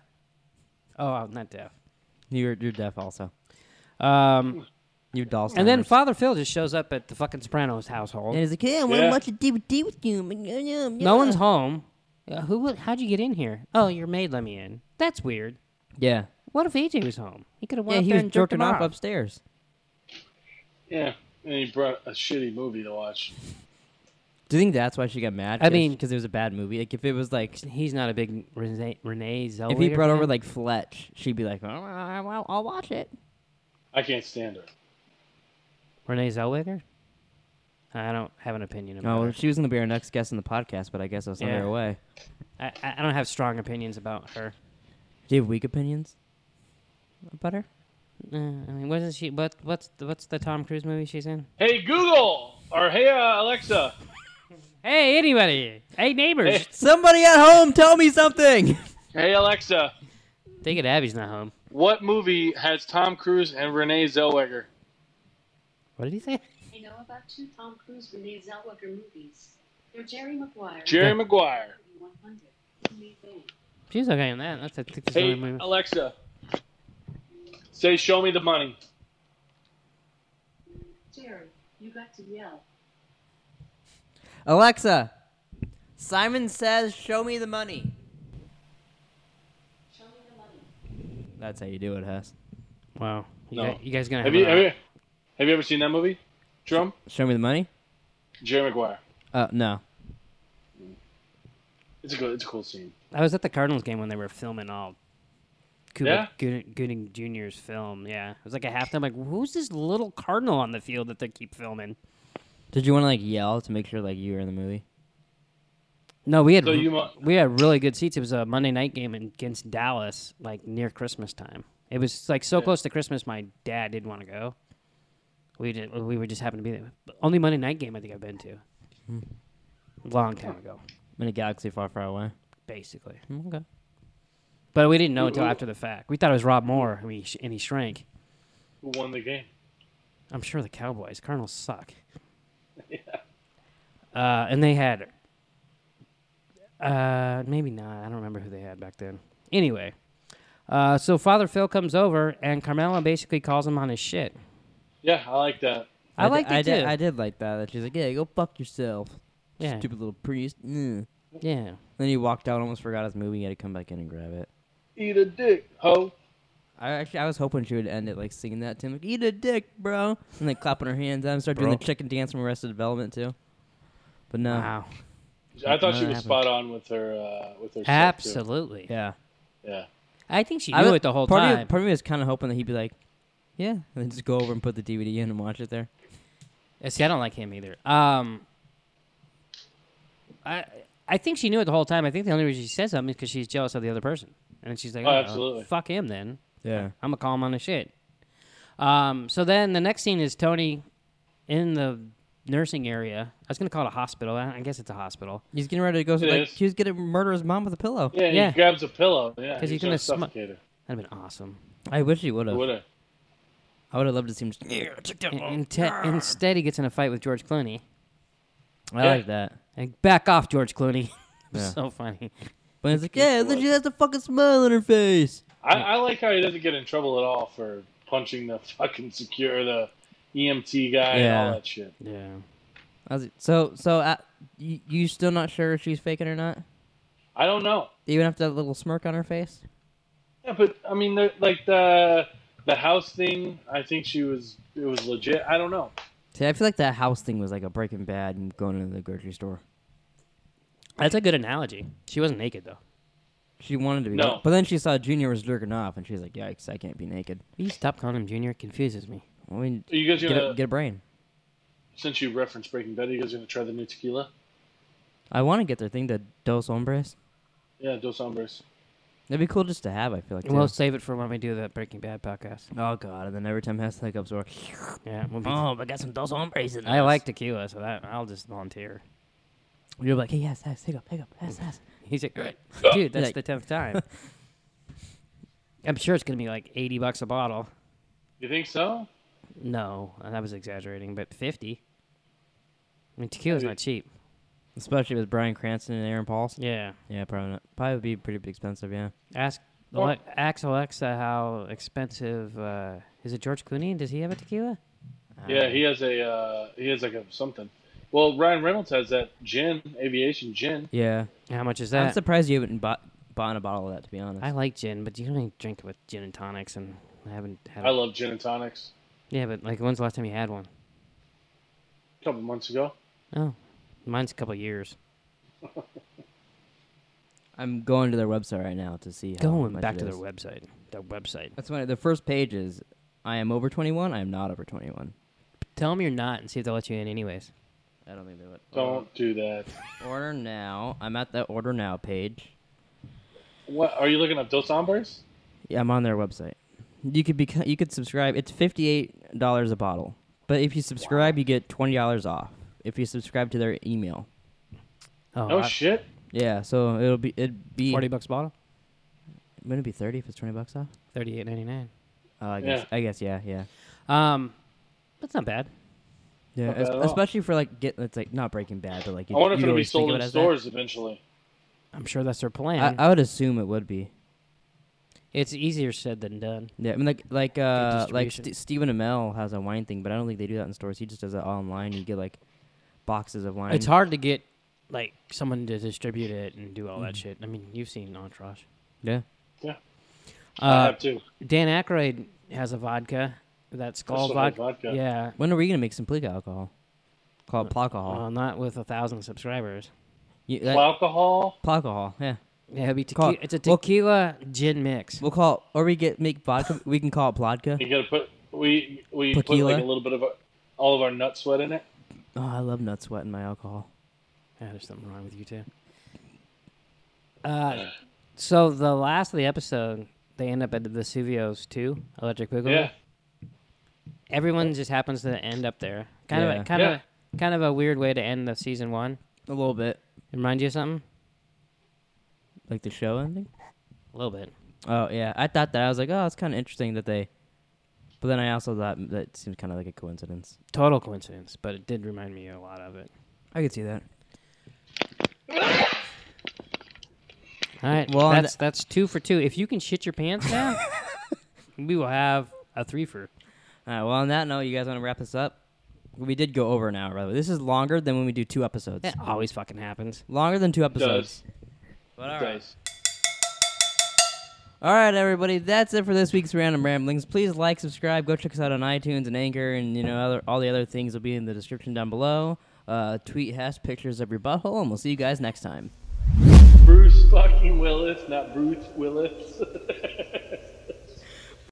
C: Oh, I'm not deaf.
A: you're you're deaf also.
C: Um,
A: You have Alzheimer's.
C: and then Father Phil just shows up at the fucking Sopranos household.
A: and he's like, yeah, I want to
B: Yeah.
A: watch a DVD with you. I'm like, "Yeah, yeah,
C: No
A: yeah."
C: one's home. Uh, who? would- How'd you get in here? Oh, your maid let me in. That's weird.
A: Yeah.
C: What if AJ was home? He could have went
A: Yeah,
C: up
A: he
C: there
A: was
C: and jerked him
A: jerking off
C: off.
A: upstairs.
B: Yeah, and he brought a shitty movie to watch.
A: Do you think that's why she got mad?
C: I mean-
A: because it was a bad movie. Like if it was like
C: He's not a big Renee, Renee Zellweger.
A: if he brought over
C: fan.
A: like Fletch, she'd be like, "Oh, I'll, I'll watch it.
B: I can't stand her.
C: Renee Zellweger. I don't have an opinion about
A: Oh,
C: her.
A: she was gonna be our next guest in the podcast, but I guess I was on
C: Yeah.
A: her way.
C: I, I I don't have strong opinions about her.
A: Do you have weak opinions about her?
C: Uh, I mean, wasn't she? What what's the, what's the Tom Cruise movie she's in?
B: Hey Google or Hey uh, Alexa.
C: Hey, anybody? Hey, neighbors.
B: Hey.
A: Somebody at home, tell me something.
B: Hey Alexa,
C: Take it. Abby's not home.
B: what movie has Tom Cruise and Renee Zellweger?
C: What did he say?
D: I know about two Tom Cruise Renee Zellweger movies. They're Jerry Maguire.
B: Jerry Maguire.
D: 100. Me Van.
C: She's okay in that. That's a, that's the
B: Hey Oh.
C: only movie.
B: Alexa, say show me the money.
D: Jerry, you got to yell.
A: Alexa, Simon says, "Show me the money."
D: Show me the money.
A: That's how you do it, Hess.
C: Wow. You,
B: No.
C: guys, you guys gonna have,
B: Have you,
C: an
B: have
C: eye-
B: you have you ever seen that movie? Drum?
A: Show me the money.
B: Jerry Maguire.
A: Uh, no.
B: It's a good it's a cool scene.
C: I was at the Cardinals game when they were filming all
B: Yeah?
C: Cuba Gooding, Gooding Jr.'s film. Yeah, it was like a halftime. Like, who's this little Cardinal on the field that they keep filming?
A: Did you want to like yell to make sure like you were in the movie?
C: No, we had
B: So you mu-
C: we had really good seats. It was a Monday night game in- against Dallas, like near Christmas time. It was like so close to Christmas. My dad didn't want to go. We did. We were just happened to be there. Only Monday night game I think I've been to. Long time ago,
A: I'm in a galaxy far, far away.
C: basically.
A: Mm, Okay.
C: But we didn't know until
B: Ooh.
C: after the fact. We thought it was Rob Moore, and he, sh- and he shrank.
B: Who won the game?
C: I'm sure the Cowboys. Cardinals suck. Uh, and they had, uh, maybe not. I don't remember who they had back then. Anyway, uh, so Father Phil comes over, and Carmela basically calls him on his shit.
B: Yeah, I like that.
C: I,
A: di-
C: liked
A: I
C: it too.
A: Did, I did like that. That she's like, "Yeah, go fuck yourself,
C: yeah,
A: stupid little priest." Mm.
C: yeah.
A: Then he walked out, almost forgot his movie. He had to come back in and grab it.
B: Eat a dick, ho.
A: I actually, I was hoping she would end it like singing that to him, like "Eat a dick, bro," and like clapping her hands at him, start doing
C: Bro.
A: the chicken dance from Arrested Development too. But no,
C: Wow,
B: I thought
A: No,
B: she
A: that
B: was
A: happened.
B: spot on with her uh, with her. stuff, too.
C: absolutely.
A: yeah,
B: Yeah.
C: I think she knew
A: I was-
C: it the whole
A: part
C: time.
A: Of, part of me was kind of hoping that he'd be like, "Yeah," and then just go over and put the DVD in and watch it there.
C: Yeah, See, I don't like him either. Um, I I think she knew it the whole time. I think the only reason she said something is because she's jealous of the other person, and she's like,
B: Oh,
C: "Oh,
B: absolutely.
C: fuck him then.
A: Yeah,
C: I'm gonna call him on his shit." Um, so then the next scene is Tony in the nursing area. I was gonna call it a hospital. I I guess it's a hospital
A: he's getting ready to go. Like,
B: is.
A: he was gonna murder his mom with a pillow.
B: Yeah,
C: Yeah.
B: he grabs a pillow. Yeah,
C: 'Cause he's
B: trying
C: gonna
B: to
C: smu-
B: suffocate her.
C: That'd have been awesome.
A: I wish he would have.
B: Would have.
A: I would have loved to see him. Just, "Yeah, check that Ah.
C: And,
A: out."
C: and te- instead, he gets in a fight with George Clooney.
A: I
B: Yeah.
A: like that.
C: And back off, George Clooney.
A: Yeah.
C: so funny.
A: But it's like, yeah, look, she has a fucking smile on her face.
B: I, I like how he doesn't get in trouble at all for punching the fucking secure the EMT guy and
A: Yeah.
B: all that shit.
C: Yeah.
A: I was, so, so uh, you, you still not sure if she's faking or not?
B: I don't know.
A: Even after that little smirk on her face?
B: Yeah, but I mean, the- like the the house thing. I think she was it was legit. I don't know.
A: See, I feel like that house thing was like a Breaking Bad and going into the grocery store.
C: That's a good analogy. She wasn't naked though.
A: She wanted to be,
B: No.
A: but then she saw Junior was jerking off, and she was like, "Yikes, I can't be naked."
C: Will you stop calling him Junior? It confuses me.
A: I mean,
B: Are you guys
A: get
B: gonna
A: a, get a brain.
B: since you referenced Breaking Bad, are you guys gonna try the new tequila?
A: I want to get their thing, the Dos Hombres.
B: Yeah, Dos Hombres.
A: That'd be cool just to have. I feel like.
C: We'll
A: too.
C: save it for when we do the Breaking Bad podcast.
A: oh god, and then every time has hiccups or
C: Yeah, we'll be
A: oh, I got some Dos Hombres in.
C: I like tequila, so that I'll just volunteer.
A: this." You're like, hey, yes, yes, hiccup, hiccup, yes, yes.
C: He's like, dude, that's
A: Like-
C: the tenth time. I'm sure it's gonna be like eighty bucks a bottle.
B: You think so?
C: No, I was exaggerating, but fifty. I mean, tequila's not cheap.
A: Especially with Brian Cranston and Aaron Paul.
C: Yeah,
A: Yeah, probably not. Probably would be pretty expensive. Yeah.
C: ask
B: Well-
C: Ale- ask Alexa how expensive. Uh, is it George Clooney? Does he have a tequila? Uh,
B: Yeah, he has a uh, he has uh, like a something. Well, Ryan Reynolds has that gin, aviation gin.
A: Yeah.
C: How much is
A: I'm
C: that?
A: surprised you haven't bought, bought a bottle of that, to be honest.
C: I like gin, but you can only drink it with gin and tonics, and I haven't had.
B: I love gin and tonics.
C: yeah, but like, when's the last time you had one?
B: A couple months ago.
C: Oh, mine's a couple years.
A: I'm going to their website right now to see. How
C: Going
A: much
C: back
A: it
C: to their
A: is.
C: website. Their website.
A: That's when the first page is. I am over 21. I am not over 21.
C: Tell them you're not, and see if they'll let you in, anyways.
A: I don't think they would.
B: Don't do that.
A: Order now. I'm at the order now page.
B: What are you looking up? Dos Hombres?
A: Yeah, I'm on their website. You could become. You could subscribe. It's fifty-eight dollars a bottle. But if you subscribe, you get twenty dollars off. If you subscribe to their email.
C: Oh,
B: No
C: I-
B: shit.
A: Yeah. So it'll be. It'd be.
C: forty bucks a bottle.
A: Wouldn't it be thirty if it's twenty bucks off?
C: Thirty-eight ninety-nine.
A: Oh, I guess.
B: Yeah.
A: I guess. Yeah. Yeah.
C: Um, that's not bad.
A: Yeah.
B: Not bad
A: es-
B: at all.
A: especially for like get. It's like not Breaking Bad, but like. You,
B: I wonder if
A: you
B: it'll be
A: always think
B: sold
A: of
B: in
A: it as that.
B: stores eventually.
C: I'm sure that's their plan.
A: I, I would assume it would be.
C: it's easier said than done.
A: Yeah, I mean, like, like, uh, like
C: distribution.
A: St- Stephen Amell has a wine thing, but I don't think they do that in stores. He just does it online. You get like boxes of wine.
C: It's hard to get like someone to distribute it and do all that shit. I mean, you've seen Entourage.
A: Yeah,
B: I
C: Uh,
B: have too.
C: Dan Aykroyd has a vodka. That skull
B: That's
C: vodka.
B: the whole vodka.
C: Yeah.
A: when are we gonna make some plug alcohol? Call it
B: Uh,
A: plocalhol.
C: Well, not with a thousand subscribers.
A: You- that-
B: Alcohol.
A: plocalhol, Yeah,
C: Yeah, it'll be
A: Call-
C: tequila. It's a
A: well-
C: tequila gin mix.
A: we'll call or we get make vodka. we can call it plodka.
B: You gotta put we we put
A: Tequila.
B: like a little bit of our- all of our nut sweat in it.
A: Oh, I love nut sweat in my alcohol.
C: Yeah, there's something wrong with you too. Uh, so the last of the episode, they end up at the Vesuvio's too, Electric Boogaloo.
B: Yeah.
C: Everyone just happens to end up there. Kind of,
A: Yeah.
C: a, kind
B: Yeah.
C: of, a, kind of a weird way to end the season one.
A: A little bit,
C: Remind you of something?
A: like the show ending.
C: A little bit.
A: Oh yeah, I thought that. I was like, oh, it's kind of interesting that they. But then I also thought that seems kind of like a coincidence.
C: Total coincidence, but it did remind me a lot of it.
A: I could see that.
C: All right.
A: Well,
C: Well,
A: on
C: that's that's two for two. If you can shit your pants now, we will have a three for.
A: All right. Well, on that note, you guys want to wrap this up? We did go over an hour, by the way. This is longer than when we do two episodes.
C: That always fucking happens.
A: Longer than two episodes.
B: Does.
A: But all right.
B: Does.
A: All right, everybody. That's it for this week's Random Ramblings. Please like, subscribe, go check us out on iTunes and Anchor, and you know other, all the other things will be in the description down below. Uh, tweet Hess pictures of your butthole, and we'll see you guys next time.
B: Bruce fucking Willis, not Bruce Willis.